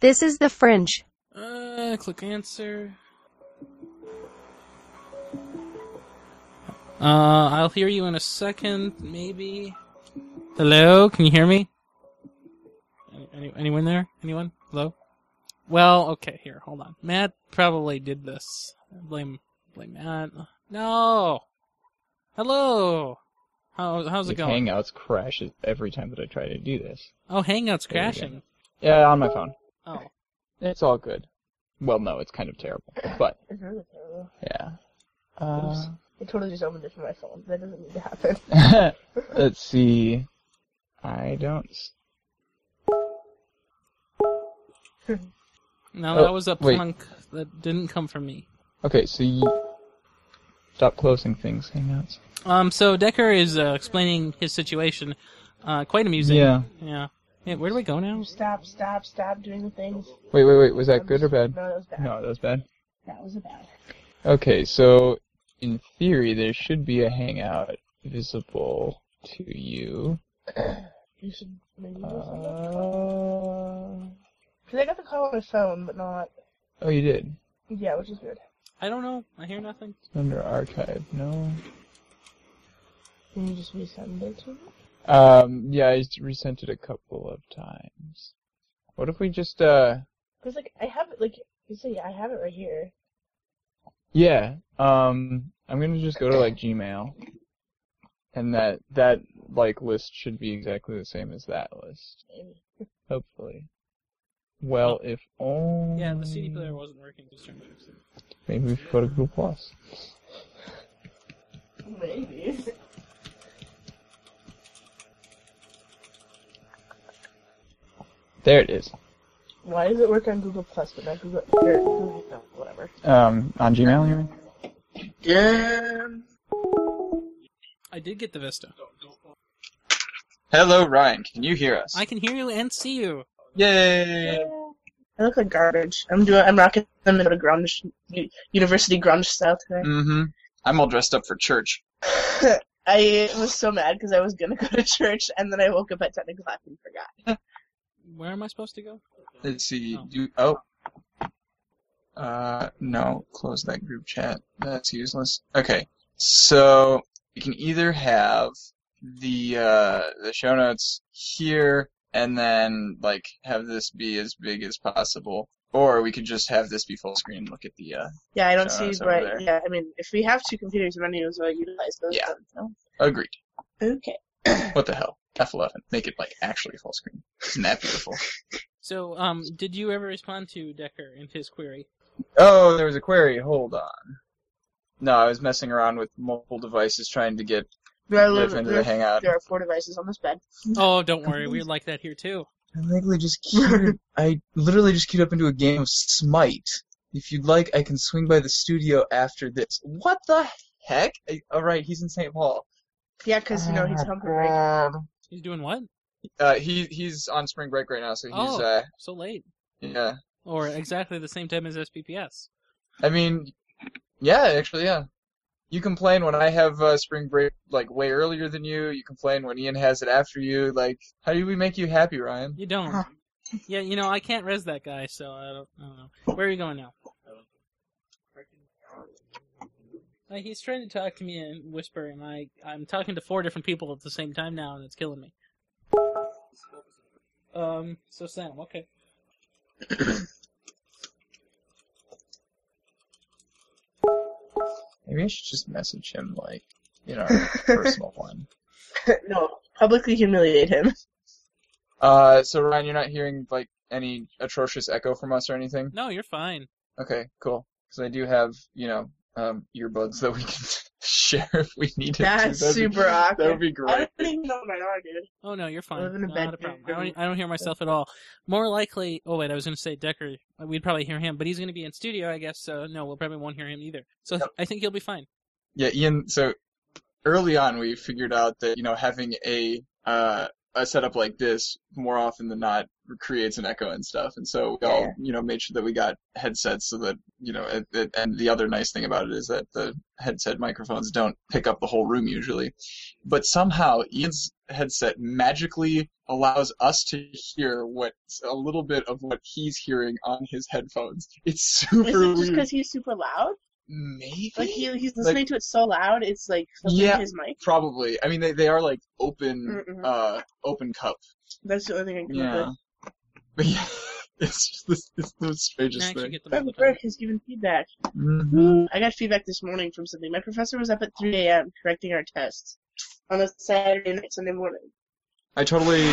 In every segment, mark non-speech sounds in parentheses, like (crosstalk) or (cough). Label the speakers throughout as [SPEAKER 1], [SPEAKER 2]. [SPEAKER 1] This is the fringe.
[SPEAKER 2] Uh, click answer. Uh, I'll hear you in a second, maybe. Hello, can you hear me? Any, any- anyone there? Anyone? Hello? Well, okay, here, hold on. Matt probably did this. Blame, blame Matt. No! Hello! How, how's it
[SPEAKER 3] Like,
[SPEAKER 2] going?
[SPEAKER 3] Hangouts crashes every time that I try to do this.
[SPEAKER 2] oh, Hangout's
[SPEAKER 3] There we go.
[SPEAKER 2] crashing.
[SPEAKER 3] Yeah, on my phone.
[SPEAKER 2] Oh.
[SPEAKER 3] It's all good. Well, no, it's kind of terrible, but
[SPEAKER 4] (coughs) It's really terrible.
[SPEAKER 3] yeah. Uh,
[SPEAKER 4] I totally just opened it for my phone. That doesn't need to happen.
[SPEAKER 3] Uh, (laughs) let's see. I don't. s-
[SPEAKER 2] No,
[SPEAKER 3] Oh,
[SPEAKER 2] that was a
[SPEAKER 3] wait.
[SPEAKER 2] plunk that didn't come from me.
[SPEAKER 3] Okay, so you stop closing things, Hangouts.
[SPEAKER 2] Um, so Decker is uh, explaining his situation. Uh, quite amusing.
[SPEAKER 3] Yeah.
[SPEAKER 2] Yeah. Hey, where do we go now?
[SPEAKER 4] Stop, stop, stop doing the things.
[SPEAKER 3] Wait, wait, wait. Was that good or bad?
[SPEAKER 4] No, that was bad.
[SPEAKER 3] No, that was bad.
[SPEAKER 4] That was a bad.
[SPEAKER 3] Okay, so in theory, there should be a Hangout visible to you.
[SPEAKER 4] You should maybe do something.
[SPEAKER 3] Uh...
[SPEAKER 4] Because I got the call on my phone, but not.
[SPEAKER 3] Oh, you did.
[SPEAKER 4] Yeah, which is weird.
[SPEAKER 2] I don't know. I hear nothing.
[SPEAKER 3] Under archive, no.
[SPEAKER 4] Can you just resend it to me?
[SPEAKER 3] Um, yeah, I s- resent it a couple of times. What if we just, uh,
[SPEAKER 4] Because, like, I have it, like, you see, I have it right here.
[SPEAKER 3] yeah, um, I'm gonna just go to, like, Gmail. And that, that, like, list should be exactly the same as that list.
[SPEAKER 4] Maybe.
[SPEAKER 3] Hopefully. Well, if only...
[SPEAKER 2] Yeah, the CD player wasn't working. Just trying to fix it.
[SPEAKER 3] Maybe we should go to Google Plus.
[SPEAKER 4] Maybe.
[SPEAKER 3] There it is.
[SPEAKER 4] Why does it work on Google Plus but not Google or Google no, whatever?
[SPEAKER 3] Um, on Gmail, you mean?
[SPEAKER 5] Damn.
[SPEAKER 2] I did get the Vista.
[SPEAKER 5] Hello, Ryan. Can you hear us?
[SPEAKER 2] I can hear you and see you.
[SPEAKER 5] Yay!
[SPEAKER 4] I look like garbage. I'm doing. I'm rocking the Minnesota grunge, u- university grunge style today.
[SPEAKER 5] Mm-hmm. I'm all dressed up for church.
[SPEAKER 4] (laughs) I was so mad because I was gonna go to church and then I woke up at ten o'clock and forgot.
[SPEAKER 2] Where am I supposed to go?
[SPEAKER 5] Let's see.
[SPEAKER 2] Oh.
[SPEAKER 5] Do oh. Uh, no. Close that group chat. That's useless. Okay. So you can either have the uh, the show notes here, and then like have this be as big as possible, or we could just have this be full screen. and Look at the. Uh,
[SPEAKER 4] Yeah, I don't
[SPEAKER 5] Sorry, it's
[SPEAKER 4] see
[SPEAKER 5] over
[SPEAKER 4] why.
[SPEAKER 5] there.
[SPEAKER 4] Yeah, I mean, if we have two computers, I'm gonna use- uh, utilize those.
[SPEAKER 5] Yeah.
[SPEAKER 4] then, no?
[SPEAKER 5] agreed.
[SPEAKER 4] Okay.
[SPEAKER 5] What the hell? F11. Make it like actually full screen. Isn't that beautiful?
[SPEAKER 2] So, um, did you ever respond to Decker and his query?
[SPEAKER 5] Oh, there was a query. Hold on. No, I was messing around with multiple devices trying to get
[SPEAKER 4] There are,
[SPEAKER 5] live
[SPEAKER 4] little,
[SPEAKER 5] into
[SPEAKER 4] there,
[SPEAKER 5] the
[SPEAKER 4] are,
[SPEAKER 5] Hangout.
[SPEAKER 4] (laughs) there are four devices on this bed.
[SPEAKER 2] Oh, don't worry. We're like that here too.
[SPEAKER 5] I literally just queued. I literally just queued up into a game of Smite. If you'd like, I can swing by the studio after this. What the heck? I, all right, he's in St. Paul.
[SPEAKER 4] Yeah, because you know
[SPEAKER 5] Ah,
[SPEAKER 3] Ah,
[SPEAKER 4] he's home for break.
[SPEAKER 2] He's doing what?
[SPEAKER 5] Uh, he he's on spring break right now, so he's
[SPEAKER 2] Oh.
[SPEAKER 5] uh,
[SPEAKER 2] So late.
[SPEAKER 5] yeah.
[SPEAKER 2] Or exactly the same time as SPPS.
[SPEAKER 5] I mean, yeah, actually, yeah. You complain when I have uh, spring break like way earlier than you. You complain when Ian has it after you. Like, how do we make you happy, Ryan?
[SPEAKER 2] You don't. yeah, you know, I can't res that guy, so I don't, I don't know. Where are you going now? Uh, he's trying to talk to me and whisper, and I, I'm talking to four different people at the same time now, and it's killing me. Um, so Sam, okay.
[SPEAKER 3] Maybe I should just message him, like, you
[SPEAKER 5] (laughs)
[SPEAKER 3] know, personal one.
[SPEAKER 4] no, publicly
[SPEAKER 5] (laughs)
[SPEAKER 4] humiliate him.
[SPEAKER 5] Uh, so Ryan, you're not hearing like any atrocious echo from us or anything?
[SPEAKER 2] No, you're fine.
[SPEAKER 5] Okay, cool. Because I do have, you know, um, earbuds that we can (laughs) share if we need to.
[SPEAKER 4] That's
[SPEAKER 5] That'd be-
[SPEAKER 4] super
[SPEAKER 5] (laughs)
[SPEAKER 4] awkward.
[SPEAKER 5] That would be
[SPEAKER 4] I
[SPEAKER 5] great.
[SPEAKER 4] don't even know what mine are, dude.
[SPEAKER 2] Oh no, you're fine.
[SPEAKER 4] live in a
[SPEAKER 2] Not
[SPEAKER 4] bed
[SPEAKER 2] a problem. I
[SPEAKER 4] room.
[SPEAKER 2] don't, I don't hear myself at all. More likely, oh wait, I was going to say Decker. We'd probably hear him, but he's going to be in studio, I guess. So no, we'll probably won't hear him either. So I think he'll be fine.
[SPEAKER 5] Yeah, Ian. So early on, we figured out that you know having a uh, a setup like this more often than not creates an echo and stuff. And so we all,
[SPEAKER 4] Yeah.
[SPEAKER 5] you know, made sure that we got headsets so that, you know, it, it, and the other nice thing about it is that the headset microphones don't pick up the whole room usually. But somehow Ian's headset magically allows us to hear what a little bit of what he's hearing on his headphones. It's
[SPEAKER 4] Is
[SPEAKER 5] super
[SPEAKER 4] it just
[SPEAKER 5] weird.
[SPEAKER 4] because he's super loud?
[SPEAKER 5] Maybe?
[SPEAKER 4] Like he, he's listening to it so loud, it's like flipping
[SPEAKER 5] Yeah.
[SPEAKER 4] his mic.
[SPEAKER 5] Probably. I mean, they, they are like open,
[SPEAKER 4] Mm-mm.
[SPEAKER 5] uh, open cup.
[SPEAKER 4] That's the only thing I can think
[SPEAKER 5] Yeah.
[SPEAKER 4] of.
[SPEAKER 5] (laughs) But yeah, it's just this, it's the strangest
[SPEAKER 2] Max, you
[SPEAKER 5] thing.
[SPEAKER 2] get the
[SPEAKER 4] But
[SPEAKER 2] microphone.
[SPEAKER 4] Burke has given feedback.
[SPEAKER 5] Mhm.
[SPEAKER 4] I got feedback this morning from something. My professor was up at 3 a.m. correcting our tests on a Saturday night, Sunday morning.
[SPEAKER 5] I totally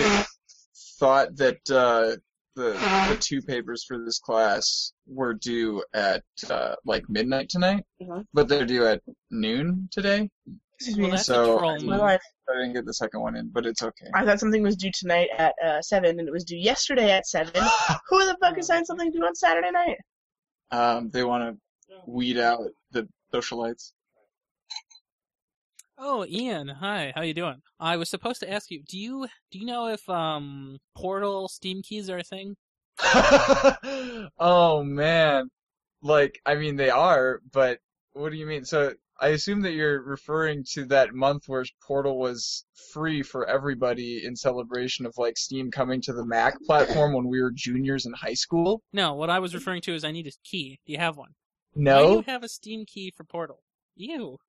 [SPEAKER 5] thought that uh, the the two papers for this class were due at uh, like midnight tonight,
[SPEAKER 4] Mhm.
[SPEAKER 5] but they're due at noon today.
[SPEAKER 4] Excuse
[SPEAKER 2] Well,
[SPEAKER 4] me.
[SPEAKER 2] that's
[SPEAKER 5] So-
[SPEAKER 2] a troll
[SPEAKER 4] my
[SPEAKER 2] move.
[SPEAKER 4] life.
[SPEAKER 5] I didn't get the second one in, but it's okay.
[SPEAKER 4] I thought something was due tonight at uh, 7, and it was due yesterday at 7.
[SPEAKER 2] (gasps)
[SPEAKER 4] Who the fuck assigned something due on Saturday night?
[SPEAKER 5] (laughs) um, they want to weed out the socialites.
[SPEAKER 2] Oh, Ian, hi. How you doing? I was supposed to ask you. Do you do you know if um portal Steam keys are a thing?
[SPEAKER 5] (laughs) oh man, like I mean they are, but what do you mean? So I assume that you're referring to that month where Portal was free for everybody in celebration of like Steam coming to the Mac platform when we were juniors in high school.
[SPEAKER 2] No. What I was referring to is I need a key. Do you have one? Why do you
[SPEAKER 5] No,
[SPEAKER 2] have a Steam key for Portal? You.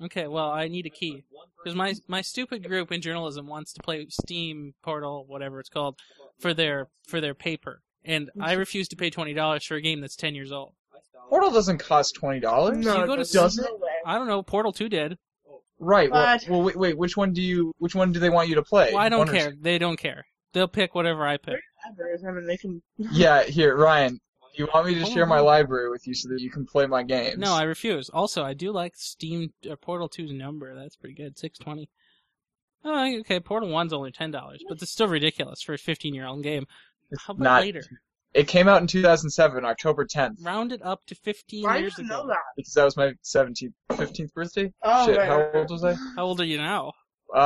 [SPEAKER 2] Okay, well, I need a key because my my stupid group in journalism wants to play Steam Portal, whatever it's called, for their for their paper, and I refuse to pay twenty dollars for a game that's ten years old.
[SPEAKER 5] Portal doesn't cost twenty dollars.
[SPEAKER 2] No, you go to
[SPEAKER 5] doesn't.
[SPEAKER 4] No way.
[SPEAKER 2] I don't know. Portal Two did.
[SPEAKER 5] Right. Well,
[SPEAKER 4] But-
[SPEAKER 5] well, wait, wait. Which one do you? Which one do they want you to play?
[SPEAKER 2] Well, I don't
[SPEAKER 5] One or
[SPEAKER 2] care. They don't care. They'll pick whatever I pick.
[SPEAKER 4] Others, I mean, they can.
[SPEAKER 5] two? Yeah. Here, Ryan. You want me to
[SPEAKER 2] Oh,
[SPEAKER 5] share my
[SPEAKER 2] no.
[SPEAKER 5] library with you so that you can play my games?
[SPEAKER 2] No, I refuse. Also, I do like Steam uh, Portal 2's number. That's pretty good. 620. Oh, okay. Portal 1's only $10, but it's still ridiculous for a 15 year old game.
[SPEAKER 5] It's
[SPEAKER 2] How about
[SPEAKER 5] not-
[SPEAKER 2] later?
[SPEAKER 5] It came out in 2007, October 10th,
[SPEAKER 2] Round it up to 15
[SPEAKER 4] Why do
[SPEAKER 2] years
[SPEAKER 4] you know
[SPEAKER 2] ago.
[SPEAKER 4] that?
[SPEAKER 5] because that was my 17th, 15th birthday.
[SPEAKER 4] Oh,
[SPEAKER 5] Shit,
[SPEAKER 4] right,
[SPEAKER 5] how
[SPEAKER 4] right,
[SPEAKER 5] old was I?
[SPEAKER 2] How old are you now?
[SPEAKER 5] Uh,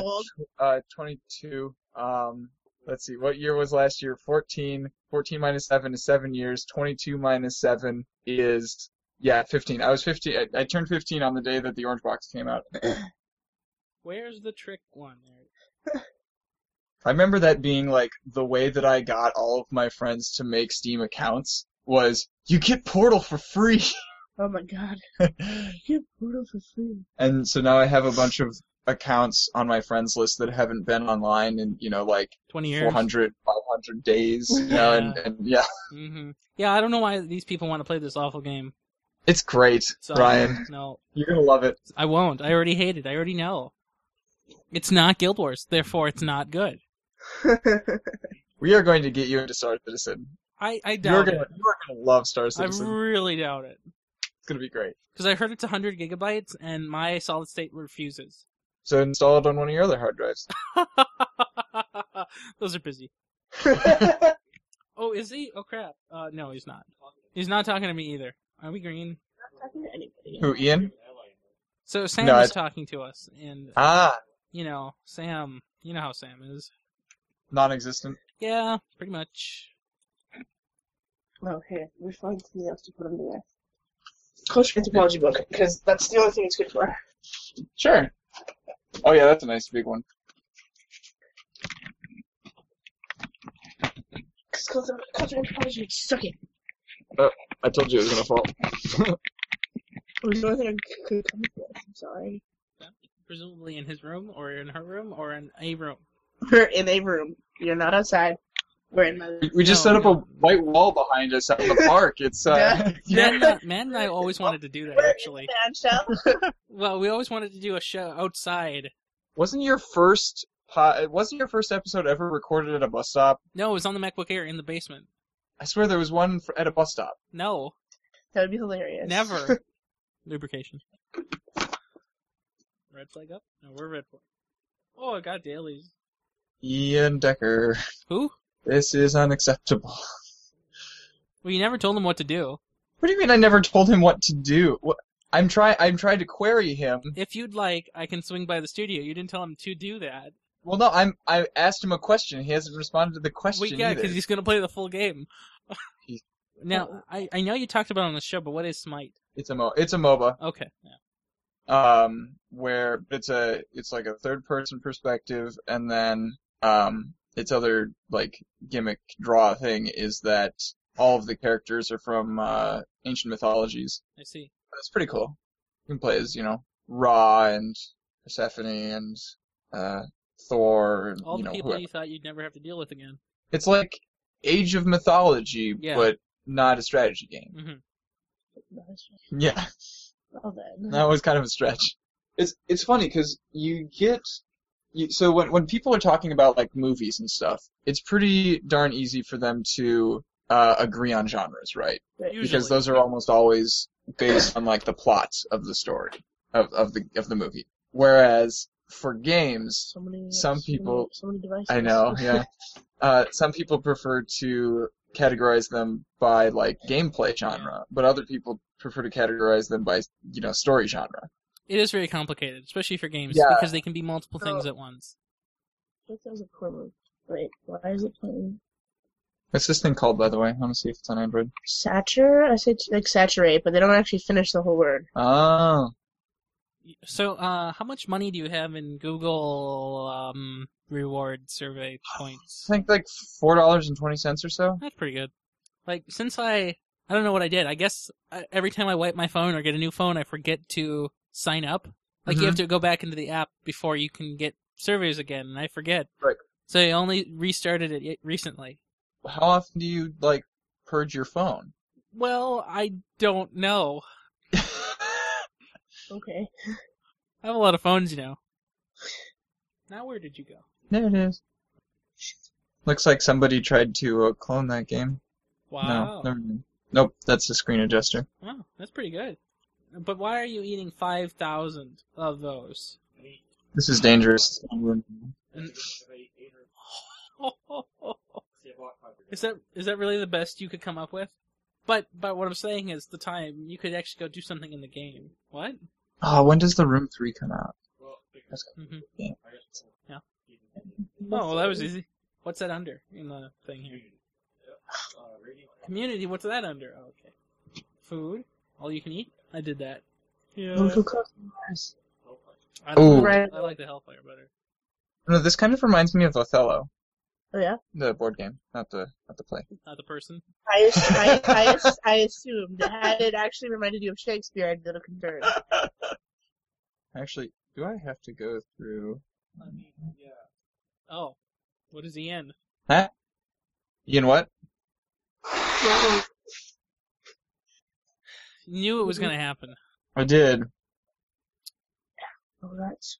[SPEAKER 4] How old?
[SPEAKER 5] uh, 22. Um, let's see, what year was last year? 14. 14 minus 7 is 7 years. 22 minus 7 is, yeah, 15. I was 15. I, I turned 15 on the day that the Orange Box came out.
[SPEAKER 2] Where's the trick one? There.
[SPEAKER 5] I remember that being like the way that I got all of my friends to make Steam accounts was you get Portal for free. (laughs)
[SPEAKER 4] Oh my god. You brutal for (laughs) free.
[SPEAKER 5] And so now I have a bunch of accounts on my friends list that haven't been online in, you know, like
[SPEAKER 2] 20 years.
[SPEAKER 5] 400, 500 days, you know, and, and yeah,
[SPEAKER 2] hmm Yeah, I don't know why these people want to play this awful game.
[SPEAKER 5] it's great,
[SPEAKER 2] So,
[SPEAKER 5] Ryan.
[SPEAKER 2] No,
[SPEAKER 5] You're gonna love it.
[SPEAKER 2] I won't. I already hate it. I already know. It's not Guild Wars, therefore it's not good.
[SPEAKER 5] We are going to get you into Star Citizen.
[SPEAKER 2] I, I
[SPEAKER 5] You're
[SPEAKER 2] doubt
[SPEAKER 5] gonna,
[SPEAKER 2] it.
[SPEAKER 5] you're gonna love Star
[SPEAKER 2] I
[SPEAKER 5] Citizen.
[SPEAKER 2] really doubt it.
[SPEAKER 5] It's gonna be great.
[SPEAKER 2] Because I heard it's 100 gigabytes, and my solid state refuses. (laughs)
[SPEAKER 5] So install it on one of your other hard drives. (laughs)
[SPEAKER 2] Those are busy. Oh, is he? Oh crap! Uh, no, he's not. He's not talking to me either. Are we green?
[SPEAKER 4] talking to anybody.
[SPEAKER 5] Who, Ian?
[SPEAKER 2] So Sam
[SPEAKER 5] No,
[SPEAKER 2] is
[SPEAKER 5] I-
[SPEAKER 2] talking to us, and
[SPEAKER 5] Ah,
[SPEAKER 2] you know, Sam, you know how Sam is.
[SPEAKER 5] non-existent.
[SPEAKER 2] Yeah, pretty much.
[SPEAKER 4] Oh, here. We find something else to put on there. Culture anthropology book, because that's the only thing it's good for.
[SPEAKER 5] Sure. Oh yeah, that's a nice big one.
[SPEAKER 4] Because culture, culture anthropology would suck it.
[SPEAKER 5] I told you it was gonna fall.
[SPEAKER 4] It was the only thing I could come up with. I'm sorry.
[SPEAKER 2] Presumably in his room, or in her room, or in a room.
[SPEAKER 4] We're in a room. You're not outside. We're in my room.
[SPEAKER 5] We- We just
[SPEAKER 2] No,
[SPEAKER 5] set up
[SPEAKER 2] no.
[SPEAKER 5] a white wall behind us out in
[SPEAKER 2] (laughs)
[SPEAKER 5] the park. It's (laughs)
[SPEAKER 4] (laughs)
[SPEAKER 5] uh,
[SPEAKER 2] Matt, and I, Matt and I always wanted to do that.
[SPEAKER 4] We're in
[SPEAKER 2] Actually,
[SPEAKER 4] the band shell.
[SPEAKER 2] well, we always wanted to do a show outside.
[SPEAKER 5] Wasn't your first po- wasn't your first episode ever recorded at a bus stop?
[SPEAKER 2] No, it was on the MacBook Air in the basement.
[SPEAKER 5] I swear there was one for, at a bus stop.
[SPEAKER 2] No,
[SPEAKER 4] That would be
[SPEAKER 5] (laughs)
[SPEAKER 4] hilarious.
[SPEAKER 2] Never. Lubrication. Red flag up? No, we're red flag. Oh, I got dailies.
[SPEAKER 5] Ian Decker,
[SPEAKER 2] Who?
[SPEAKER 5] this is unacceptable. (laughs)
[SPEAKER 2] Well, you never told them what to do.
[SPEAKER 5] What do you mean I never told him what to do? What, I'm try I'm trying to query him.
[SPEAKER 2] If you'd like, I can swing by the studio. You didn't tell them to do that.
[SPEAKER 5] Well, no, I'm. I asked him a question. He hasn't responded to the question.
[SPEAKER 2] We yeah,
[SPEAKER 5] either.
[SPEAKER 2] because he's going to play the full game.
[SPEAKER 5] He's-
[SPEAKER 2] (laughs) now, I, I know you talked about it on the show, but what is Smite?
[SPEAKER 5] It's a mo- it's a MOBA.
[SPEAKER 2] Okay. yeah.
[SPEAKER 5] um, where it's a it's like a third person perspective, and then um, its other like gimmick draw thing is that all of the characters are from uh, ancient mythologies.
[SPEAKER 2] I see.
[SPEAKER 5] That's pretty cool. You can play as you know Ra and Persephone and uh, Thor and
[SPEAKER 2] All
[SPEAKER 5] you
[SPEAKER 2] the
[SPEAKER 5] know
[SPEAKER 2] people
[SPEAKER 5] whoever.
[SPEAKER 2] you thought you'd never have to deal with again.
[SPEAKER 5] It's like Age of Mythology,
[SPEAKER 2] Yeah.
[SPEAKER 5] but not a strategy game.
[SPEAKER 2] hmm Mm.
[SPEAKER 5] (laughs) Yeah,
[SPEAKER 4] Oh,
[SPEAKER 5] (laughs)
[SPEAKER 4] then.
[SPEAKER 5] that was kind of a stretch. It's it's funny because you get you, so when when people are talking about like movies and stuff, it's pretty darn easy for them to uh, agree on genres, right?
[SPEAKER 2] Usually.
[SPEAKER 5] Because those are almost always based on like the plot of the story of of the of the movie. Whereas for games,
[SPEAKER 4] So many,
[SPEAKER 5] Some
[SPEAKER 4] so many-
[SPEAKER 5] people-
[SPEAKER 4] so many devices.
[SPEAKER 5] I (laughs) know, yeah. Uh, some people prefer to categorize them by like gameplay genre, but other people prefer to categorize them by you know story genre.
[SPEAKER 2] It is very complicated, especially for games,
[SPEAKER 5] Yeah.
[SPEAKER 2] because they can be multiple things at once.
[SPEAKER 4] That was a poor move. Wait, why is it playing?
[SPEAKER 5] What's this thing called, by the way? I want to see if it's on Android.
[SPEAKER 4] Satur? I said like saturate, but they don't actually finish the whole word.
[SPEAKER 5] Oh,
[SPEAKER 2] So, uh, how much money do you have in Google um, reward survey
[SPEAKER 5] (sighs)
[SPEAKER 2] points?
[SPEAKER 5] I think like four dollars and twenty cents or so.
[SPEAKER 2] That's pretty good. Like since I I don't know what I did. I guess I, every time I wipe my phone or get a new phone, I forget to sign up. Like you have
[SPEAKER 5] Mm-hmm.
[SPEAKER 2] to go back into the app before you can get surveys again, and I forget.
[SPEAKER 5] Right.
[SPEAKER 2] So I only restarted it ye- recently.
[SPEAKER 5] How often do you like purge your phone? (laughs)
[SPEAKER 2] Well, I don't know.
[SPEAKER 4] Okay.
[SPEAKER 2] I have a lot of phones, you know. Now where did you go?
[SPEAKER 5] there it is. Looks like somebody tried to uh, clone that game.
[SPEAKER 2] Wow.
[SPEAKER 5] No, never mind. Nope, that's the screen adjuster.
[SPEAKER 2] Wow, that's pretty good. But why are you eating five thousand of those?
[SPEAKER 5] This is dangerous.
[SPEAKER 2] Is that is that really the best you could come up with? But but what I'm saying is the time you could actually go do something in the game. What?
[SPEAKER 5] Oh, when does the Room Three come out?
[SPEAKER 2] hmm
[SPEAKER 5] Yeah.
[SPEAKER 2] Yeah. Oh, well, that was easy. What's that under in the thing here? Community. What's that under? Oh, okay. Food. All you can eat. I did that.
[SPEAKER 4] (laughs)
[SPEAKER 2] Yeah.
[SPEAKER 4] Who cooked the rice?
[SPEAKER 2] I, don't
[SPEAKER 5] Ooh.
[SPEAKER 2] like- I like the Hellfire better.
[SPEAKER 5] No, this kind of reminds me of Othello,
[SPEAKER 4] Oh yeah.
[SPEAKER 5] the board game, not the not the play.
[SPEAKER 2] Not the person.
[SPEAKER 4] I, I, I, I assumed that had it actually reminded you of Shakespeare, I'd be a concerned.
[SPEAKER 5] Actually, do I have to go through?
[SPEAKER 2] Oh, what is the end?
[SPEAKER 5] You know what? (laughs)
[SPEAKER 2] Knew it was gonna happen.
[SPEAKER 5] I did.
[SPEAKER 4] Oh, that's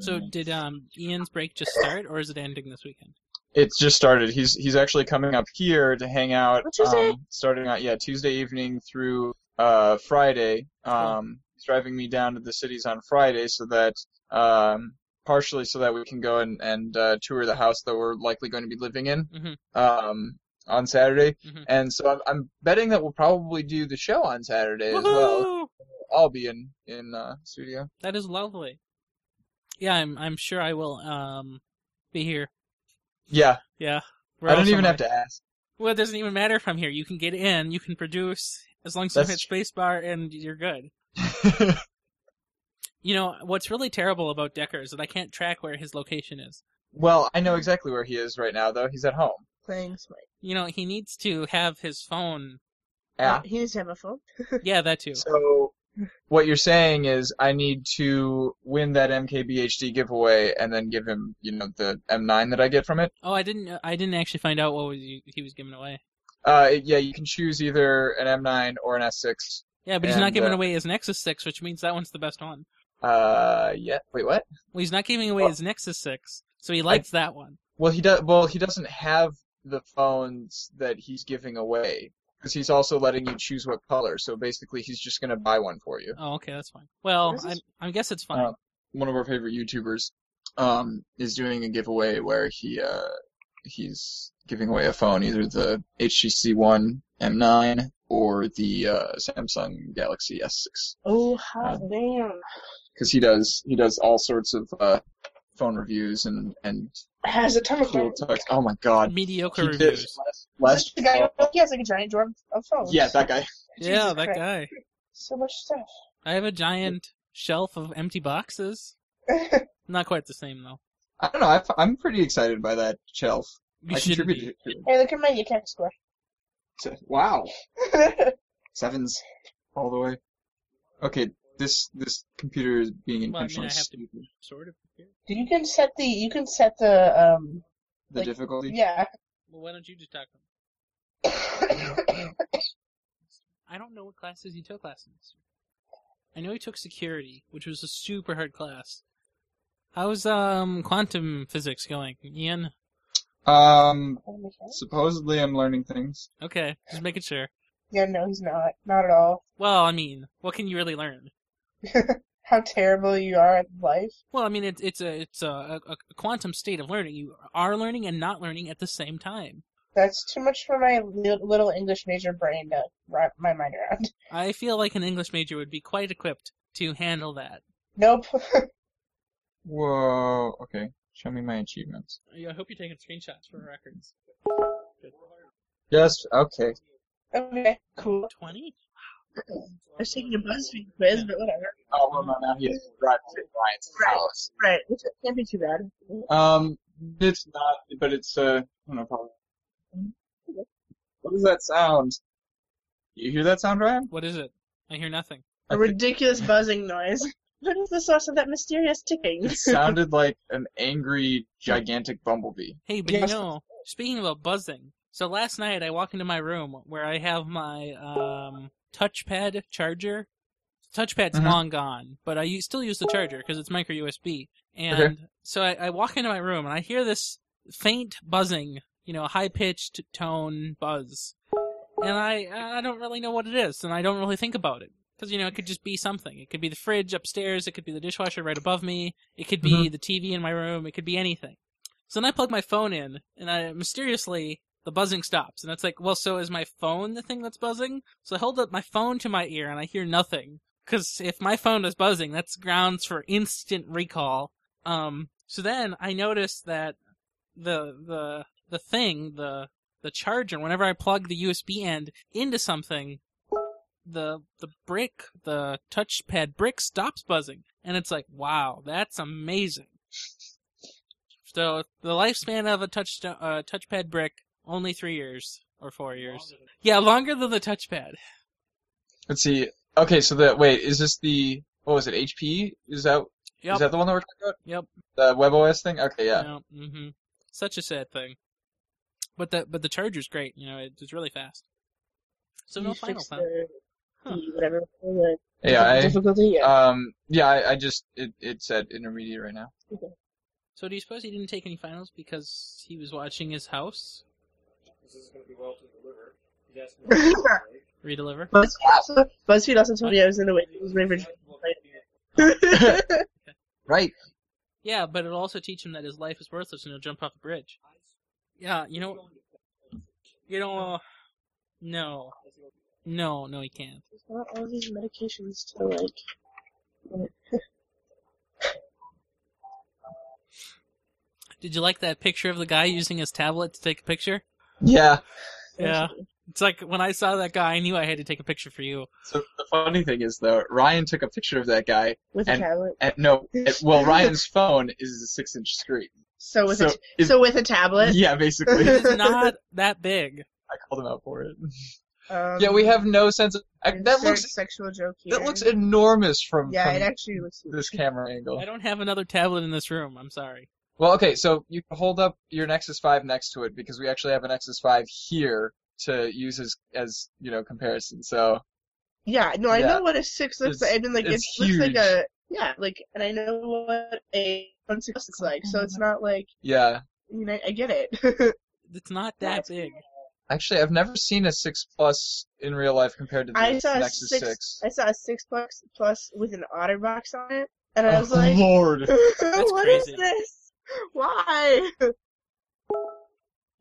[SPEAKER 2] So
[SPEAKER 4] Mm-hmm.
[SPEAKER 2] did um Ian's break just start, or is it ending this weekend?
[SPEAKER 5] It just started. He's he's actually coming up here to hang out.
[SPEAKER 4] On Tuesday?
[SPEAKER 5] Um, starting out, yeah, Tuesday evening through uh, Friday. Um, he's driving me down to the cities on Friday so that um, partially so that we can go and and uh, tour the house that we're likely going to be living in
[SPEAKER 2] Mhm.
[SPEAKER 5] um, on Saturday.
[SPEAKER 2] Mhm.
[SPEAKER 5] And so I'm, I'm betting that we'll probably do the show on Saturday as well.
[SPEAKER 2] Woohoo!
[SPEAKER 5] I'll be in in uh, studio.
[SPEAKER 2] That is lovely. Yeah, I'm I'm sure I will um be here.
[SPEAKER 5] Yeah,
[SPEAKER 2] Yeah.
[SPEAKER 5] I don't even have to ask.
[SPEAKER 2] Well, it doesn't even matter if I'm here. You can get in, you can produce as long as you hit
[SPEAKER 5] That's
[SPEAKER 2] spacebar and you're good. You know, what's really terrible about Decker is that I can't track where his location is.
[SPEAKER 5] (laughs) well, I know exactly where he is right now, though. He's at home.
[SPEAKER 4] playing Smite.
[SPEAKER 2] You know, he needs to have his
[SPEAKER 5] (laughs)
[SPEAKER 2] phone.
[SPEAKER 5] Yeah.
[SPEAKER 4] Uh, He needs to have a phone.
[SPEAKER 2] Yeah, that too.
[SPEAKER 5] So what you're saying is I need to win that MKBHD giveaway and then give him, you know, the M9 that I get from it.
[SPEAKER 2] Oh, I didn't I didn't actually find out what was he was giving away.
[SPEAKER 5] Uh, it- yeah, you can choose either an M9 or an S6.
[SPEAKER 2] Yeah, but he's not
[SPEAKER 5] And,
[SPEAKER 2] giving
[SPEAKER 5] uh,
[SPEAKER 2] away his Nexus 6, which means that one's the best one.
[SPEAKER 5] Uh, yeah. Wait, what?
[SPEAKER 2] Well, he's not giving away
[SPEAKER 5] Well-
[SPEAKER 2] his Nexus 6, so he likes that one.
[SPEAKER 5] Well, he does. Well, he doesn't have the phones that he's giving away because he's also letting you choose what color. So basically, he's just gonna buy one for you.
[SPEAKER 2] Oh, okay, that's fine. Well,
[SPEAKER 5] This
[SPEAKER 2] I,
[SPEAKER 5] is-
[SPEAKER 2] I guess it's fine.
[SPEAKER 5] Uh, one of our favorite YouTubers um, is doing a giveaway where he uh, he's giving away a phone, either the HTC One M9 or the uh, Samsung Galaxy S6,
[SPEAKER 4] Oh, hot damn.
[SPEAKER 5] because he does he does all sorts of uh, phone reviews and and
[SPEAKER 4] Has a ton of
[SPEAKER 5] cool
[SPEAKER 4] friends.
[SPEAKER 5] text. Oh my god.
[SPEAKER 2] Mediocre
[SPEAKER 5] He did.
[SPEAKER 2] reviews.
[SPEAKER 5] Last
[SPEAKER 4] That's the guy he has like a giant drawer of phones.
[SPEAKER 5] yeah, that guy.
[SPEAKER 4] Jesus
[SPEAKER 2] yeah, that
[SPEAKER 4] Christ.
[SPEAKER 2] guy.
[SPEAKER 4] So much stuff. (laughs)
[SPEAKER 2] I have a giant shelf of empty boxes. Not quite the same though.
[SPEAKER 5] I don't know. I, I'm pretty excited by that shelf.
[SPEAKER 2] You
[SPEAKER 5] I
[SPEAKER 2] shouldn't be.
[SPEAKER 5] contributed to it.
[SPEAKER 4] hey, look at my UCAM score. (laughs)
[SPEAKER 5] So- Wow, sevens all the way. Okay, this this computer is being
[SPEAKER 2] Well, I mean,
[SPEAKER 5] intentionally
[SPEAKER 2] I have to-
[SPEAKER 5] stupid.
[SPEAKER 2] Sort of. Well,
[SPEAKER 4] you can set the you can set the um
[SPEAKER 5] The
[SPEAKER 4] like,
[SPEAKER 5] difficulty.
[SPEAKER 4] yeah. (coughs)
[SPEAKER 2] why don't you just talk? to him? I don't know what classes he took last semester. I know he took security, which was a super hard class. How's um quantum physics going, Ian?
[SPEAKER 5] Um,
[SPEAKER 4] Oh my God.
[SPEAKER 5] supposedly I'm learning things.
[SPEAKER 2] Okay, just making sure.
[SPEAKER 4] yeah, no, he's not. Not at all. (laughs)
[SPEAKER 2] Well, I mean, what can you really learn?
[SPEAKER 4] How terrible you are at life.
[SPEAKER 2] Well, I mean, it's it's a it's a, a, a quantum state of learning. You are learning and not learning at the same time.
[SPEAKER 4] That's too much for my li- little English major brain to wrap my mind around. (laughs)
[SPEAKER 2] I feel like an English major would be quite equipped to handle that.
[SPEAKER 4] Nope. (laughs)
[SPEAKER 5] Whoa. Okay, show me my achievements.
[SPEAKER 2] I hope you're taking screenshots for records.
[SPEAKER 5] Yes. Okay.
[SPEAKER 4] okay, cool.
[SPEAKER 2] Twenty.
[SPEAKER 4] I was taking a BuzzFeed quiz, but whatever.
[SPEAKER 5] Oh well, no, now he has to drive to Ryan's house.
[SPEAKER 4] Right, which can't be too bad.
[SPEAKER 5] Um, it's not, but it's uh, I don't know, probably. What is that sound? You hear that sound, Ryan?
[SPEAKER 2] What is it? I hear nothing.
[SPEAKER 4] A
[SPEAKER 5] Okay.
[SPEAKER 4] ridiculous buzzing noise. (laughs) What is the source of that mysterious ticking?
[SPEAKER 2] (laughs)
[SPEAKER 5] It sounded like an angry, gigantic bumblebee.
[SPEAKER 2] Hey, but
[SPEAKER 4] Yes.
[SPEAKER 2] you know, speaking about buzzing, so last night I walk into my room where I have my um, touchpad charger. Touchpad's
[SPEAKER 5] Mhm.
[SPEAKER 2] long gone, but I u- still use the charger because it's micro USB. And
[SPEAKER 5] Okay.
[SPEAKER 2] so I, I walk into my room and I hear this faint buzzing, you know, high pitched tone buzz, and I I don't really know what it is, and I don't really think about it because you know it could just be something. It could be the fridge upstairs, it could be the dishwasher right above me, it could be the TV in my room, it could be anything. So then I plug my phone in, and I mysteriously the buzzing stops, and it's like, well, so is my phone the thing that's buzzing? So I hold up my phone to my ear, and I hear nothing, because if my phone is buzzing, that's grounds for instant recall. Um, so then I notice that the the the thing the the charger, whenever I plug the USB end into something, the the brick, the touchpad brick stops buzzing, and it's like, wow, that's amazing. So the lifespan of a touch uh, touchpad brick only three years or four years. Yeah, longer than the touchpad.
[SPEAKER 5] Let's see. Okay, so the wait, is this the what was it? HP? Is that is
[SPEAKER 2] Yep.
[SPEAKER 5] that the one that we're talking about?
[SPEAKER 2] Yep.
[SPEAKER 5] The WebOS thing. Okay, yeah.
[SPEAKER 2] hmm Such a sad thing. But the but the charger's great. You know, it, it's really fast. So no
[SPEAKER 4] (laughs) You
[SPEAKER 2] final
[SPEAKER 4] fix
[SPEAKER 2] time.
[SPEAKER 4] the-
[SPEAKER 2] Huh.
[SPEAKER 4] the Whatever. the
[SPEAKER 5] Yeah.
[SPEAKER 4] difficulty.
[SPEAKER 5] I,
[SPEAKER 4] Yeah.
[SPEAKER 5] um. Yeah. I, I just it it's at intermediate right now.
[SPEAKER 2] So do you suppose he didn't take any finals because he was watching his house
[SPEAKER 1] This is going to be well to deliver. He's asking me to break.
[SPEAKER 2] redeliver?
[SPEAKER 4] (laughs) BuzzFeed, also, BuzzFeed also told me I was in the waiting room for (laughs)
[SPEAKER 5] Right.
[SPEAKER 2] Yeah, but it'll also teach him that his life is worthless and he'll jump off a bridge. Yeah, you know, you know, no, no, no, he can't.
[SPEAKER 4] There's not all these medications to like.
[SPEAKER 2] Did you like that picture of the guy using his tablet to take a picture?
[SPEAKER 5] Yeah.
[SPEAKER 2] Yeah. It's like when I saw that guy, I knew I had to take a picture for you.
[SPEAKER 5] So the funny thing is though, Ryan took a picture of that guy,
[SPEAKER 4] With a
[SPEAKER 5] And-
[SPEAKER 4] tablet.
[SPEAKER 5] and no, it- well,
[SPEAKER 4] (laughs)
[SPEAKER 5] Ryan's phone is a six-inch screen.
[SPEAKER 4] So with
[SPEAKER 5] so
[SPEAKER 4] a t-
[SPEAKER 5] if-
[SPEAKER 4] so with a
[SPEAKER 5] (laughs)
[SPEAKER 4] tablet.
[SPEAKER 5] Yeah, basically.
[SPEAKER 4] (laughs)
[SPEAKER 2] It is not that big.
[SPEAKER 5] I called him out for it.
[SPEAKER 4] Um,
[SPEAKER 5] Yeah, we have no sense of I, that
[SPEAKER 4] insert
[SPEAKER 5] looks
[SPEAKER 4] sexual joke here.
[SPEAKER 5] that looks enormous from,
[SPEAKER 4] Yeah, it
[SPEAKER 5] from
[SPEAKER 4] actually looks.
[SPEAKER 5] this camera angle.
[SPEAKER 2] I don't have another tablet in this room. I'm sorry.
[SPEAKER 5] Well, okay, so you can hold up your Nexus 5 next to it because we actually have a Nexus 5 here to use as as you know comparison. So
[SPEAKER 4] Yeah, no, I
[SPEAKER 5] Yeah.
[SPEAKER 4] know what a six looks
[SPEAKER 5] It's-
[SPEAKER 4] like. I mean, like it
[SPEAKER 5] it's
[SPEAKER 4] looks like
[SPEAKER 5] huge.
[SPEAKER 4] a yeah, like, and I know what a one six looks like. So it's not like
[SPEAKER 5] yeah,
[SPEAKER 4] I mean, I, I get it. (laughs)
[SPEAKER 2] It's not that big.
[SPEAKER 5] actually, I've never seen a six plus in real life compared to the
[SPEAKER 4] I saw a
[SPEAKER 5] Nexus
[SPEAKER 4] six-
[SPEAKER 5] 6.
[SPEAKER 4] I saw a six bucks plus with an otter box on it, and I was
[SPEAKER 5] oh, (laughs)
[SPEAKER 4] like, (laughs)
[SPEAKER 5] Lord,
[SPEAKER 4] "What is
[SPEAKER 2] crazy.
[SPEAKER 4] this? Why?" (laughs)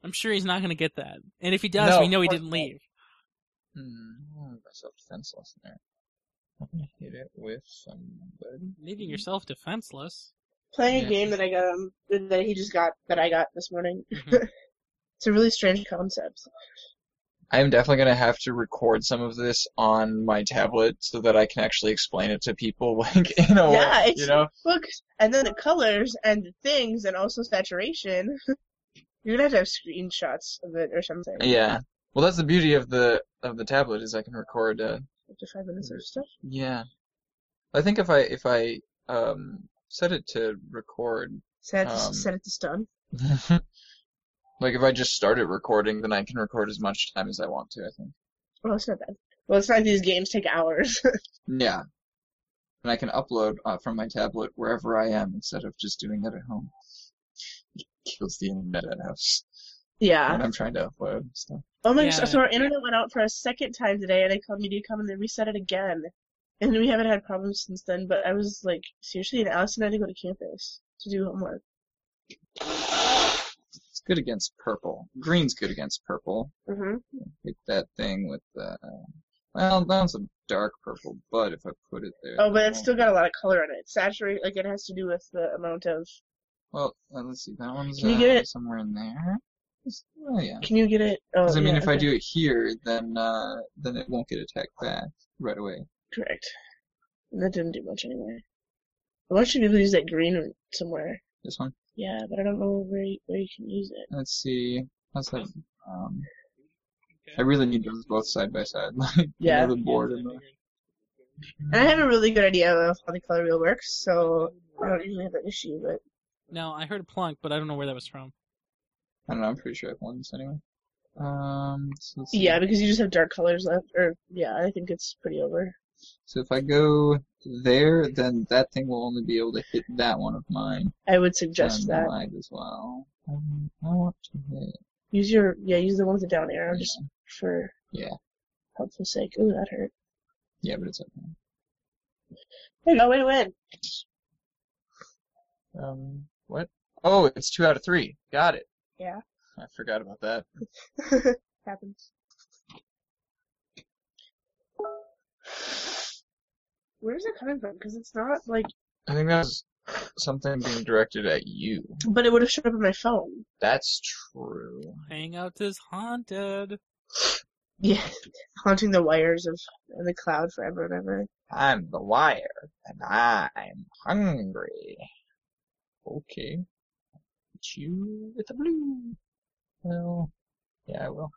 [SPEAKER 2] I'm sure he's not going to get that. And if he does,
[SPEAKER 5] No,
[SPEAKER 2] we know
[SPEAKER 5] of
[SPEAKER 2] he
[SPEAKER 5] course
[SPEAKER 2] didn't
[SPEAKER 5] not.
[SPEAKER 2] leave.
[SPEAKER 5] hmm, I myself defenseless there. Let me hit it with somebody.
[SPEAKER 4] Mm-hmm. (laughs)
[SPEAKER 2] Leaving yourself defenseless.
[SPEAKER 4] playing
[SPEAKER 2] Yeah.
[SPEAKER 4] a game that I got him that he just got that I got this morning.
[SPEAKER 2] Mhm.
[SPEAKER 4] it's a really strange concept.
[SPEAKER 5] I'm definitely gonna have to record some of this on my tablet so that I can actually explain it to people, (laughs) like in a
[SPEAKER 4] Yeah,
[SPEAKER 5] way,
[SPEAKER 4] it's-
[SPEAKER 5] you know.
[SPEAKER 4] Look, and then the colors and the things and also saturation. (laughs) You're gonna have to have screenshots of it or something.
[SPEAKER 5] Yeah. Well, that's the beauty of the of the tablet is I can record. Uh,
[SPEAKER 4] Up to five minutes of stuff.
[SPEAKER 5] yeah. I think if I if I um set it to record, (laughs)
[SPEAKER 4] Set it to,
[SPEAKER 5] Um,
[SPEAKER 4] set it to stun.
[SPEAKER 5] like if I just start it recording, then I can record as much time as I want to. I think.
[SPEAKER 4] Well, it's not bad. Well, it's not like these games take hours. (laughs)
[SPEAKER 5] Yeah. And I can upload uh, from my tablet wherever I am instead of just doing that at home. It kills the internet at house when
[SPEAKER 4] yeah.
[SPEAKER 5] I'm trying to upload stuff.
[SPEAKER 4] Oh my
[SPEAKER 2] Yeah.
[SPEAKER 4] gosh! So our internet went out for a second time today, and I called Media come and they reset it again. And we haven't had problems since then. But I was like, seriously, and Allison had to go to campus to do homework.
[SPEAKER 5] It's good against purple. Green's good against purple.
[SPEAKER 4] Mm-hmm.
[SPEAKER 5] Hit that thing with the. Well, that one's a dark purple, but if I put it there.
[SPEAKER 4] Oh, but it's still got a lot of color in it. Saturate, like it has to do with the amount of.
[SPEAKER 5] Well, uh, let's see. That one's
[SPEAKER 4] Can you
[SPEAKER 5] uh,
[SPEAKER 4] get it-
[SPEAKER 5] somewhere in there. Oh, yeah.
[SPEAKER 4] Can you get it? Oh,
[SPEAKER 5] Because, I mean,
[SPEAKER 4] yeah,
[SPEAKER 5] if I
[SPEAKER 4] okay.
[SPEAKER 5] do it here, then uh, then it won't get attacked back right away.
[SPEAKER 4] Correct. And That didn't do much anyway. I want you to be able to use that green somewhere.
[SPEAKER 5] This one.
[SPEAKER 4] Yeah, but I don't know where you, where you can use it.
[SPEAKER 5] Let's see. How's that? Um, I really need those both side by side. (laughs) Like,
[SPEAKER 4] Yeah.
[SPEAKER 5] You know, the board and the...
[SPEAKER 4] And I have a really good idea of how the color wheel works, so I don't usually have that issue. But
[SPEAKER 2] Now I heard plunk, but I don't know where that was from.
[SPEAKER 5] I don't know. I'm pretty sure I've won this anyway. Um, so let's see.
[SPEAKER 4] yeah, because you just have dark colors left, or yeah, I think it's pretty over.
[SPEAKER 5] So if I go there, then that thing will only be able to hit that one of mine.
[SPEAKER 4] I would suggest
[SPEAKER 5] and
[SPEAKER 4] that
[SPEAKER 5] Mine as well. Um, I want to hit.
[SPEAKER 4] use your yeah, use the one with the down arrow just for
[SPEAKER 5] Yeah.
[SPEAKER 4] helpful sake. Ooh, that hurt.
[SPEAKER 5] Yeah, but it's okay.
[SPEAKER 4] There you go, way to win.
[SPEAKER 5] Um, what? Oh, it's two out of three. Got it.
[SPEAKER 4] Yeah. (laughs)
[SPEAKER 5] I forgot about that.
[SPEAKER 4] happens. Where is it coming from? Because it's not like.
[SPEAKER 5] I think that was something being directed at you.
[SPEAKER 4] But it would have shown up on my phone.
[SPEAKER 5] That's true.
[SPEAKER 2] Hangout is haunted.
[SPEAKER 4] Yeah, (laughs) haunting the wires of of the cloud forever and ever.
[SPEAKER 5] I'm the wire, and I'm hungry. Okay. Hit you with the blue. Well, yeah, I will.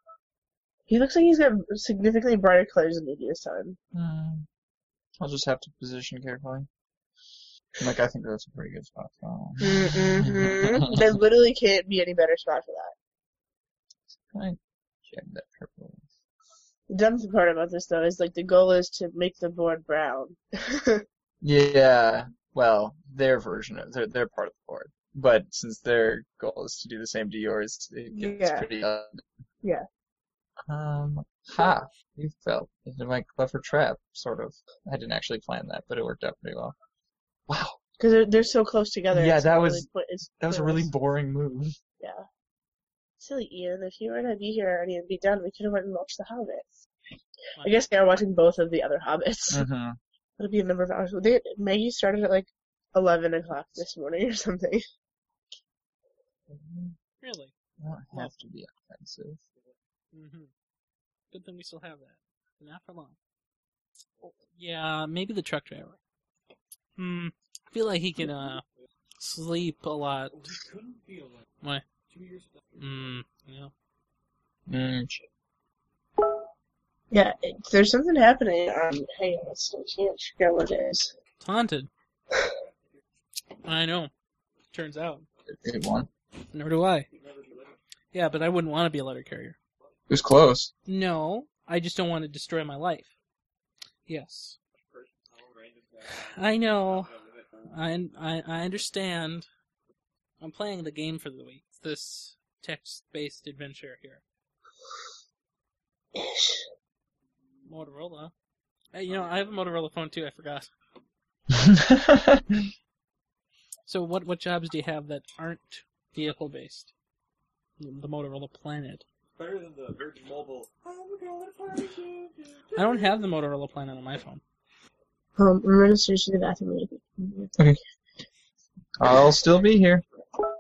[SPEAKER 4] He looks like he's got significantly brighter colors than Meteor's son. Mm.
[SPEAKER 5] Hmm. I'll just have to position carefully. Like, I think that's a pretty good spot. So. (laughs)
[SPEAKER 4] Mm-hmm. there literally can't be any better spot for that.
[SPEAKER 5] I check that purple.
[SPEAKER 4] The dumb part about this though is like the goal is to make the board brown.
[SPEAKER 5] Yeah, well, their version of their their part of the board, but since their goal is to do the same to yours, it gets
[SPEAKER 4] Yeah.
[SPEAKER 5] pretty odd.
[SPEAKER 4] Yeah.
[SPEAKER 5] Um. Ha! You fell into my clever trap, sort of. I didn't actually plan that, but it worked out pretty well. Wow,
[SPEAKER 4] Because they're, they're so close together.
[SPEAKER 5] Yeah,
[SPEAKER 4] it's
[SPEAKER 5] that
[SPEAKER 4] really
[SPEAKER 5] was-
[SPEAKER 4] put- it's
[SPEAKER 5] that was a really
[SPEAKER 4] pointless.
[SPEAKER 5] boring move.
[SPEAKER 4] Yeah. Silly Ian, if you were to be here already and be done, we could have went and watched The Hobbit. I guess they are watching both of the other
[SPEAKER 5] (laughs)
[SPEAKER 4] Hobbits. (laughs)
[SPEAKER 5] Mm-hmm.
[SPEAKER 4] It'll be a number of hours. They, Maggie started at like 11 o'clock this morning or something.
[SPEAKER 2] Really?
[SPEAKER 5] I don't have to be offensive.
[SPEAKER 2] hmm Good thing we still have that. Not for long. Oh, Yeah, maybe the truck driver. Hmm. I feel like he can uh sleep a lot.
[SPEAKER 1] couldn't feel like
[SPEAKER 2] Why?
[SPEAKER 1] two years ago.
[SPEAKER 2] Hmm. You know.
[SPEAKER 5] Mm,
[SPEAKER 4] Yeah, it, there's something happening. Um, hang on, let's- I can't figure out what it is.
[SPEAKER 2] It's haunted. I know. Turns out.
[SPEAKER 5] it won. It
[SPEAKER 2] Nor do I. Yeah, but I wouldn't want to be a letter carrier.
[SPEAKER 5] was (laughs) close.
[SPEAKER 2] No, I just don't want to destroy my life. Yes. I know. I I, I understand. I'm playing the game for the week. It's this text-based adventure here. Motorola. Hey, you know, I have a Motorola phone too. I forgot. So, what what jobs do you have that aren't vehicle-based? The Motorola Planet.
[SPEAKER 1] Better than the Virgin Mobile. Oh, we're gonna let it party.
[SPEAKER 2] I don't have the Motorola Planet on my phone.
[SPEAKER 4] Um, I'm going to search in the bathroom. really quick.
[SPEAKER 5] Okay. I'll still be here.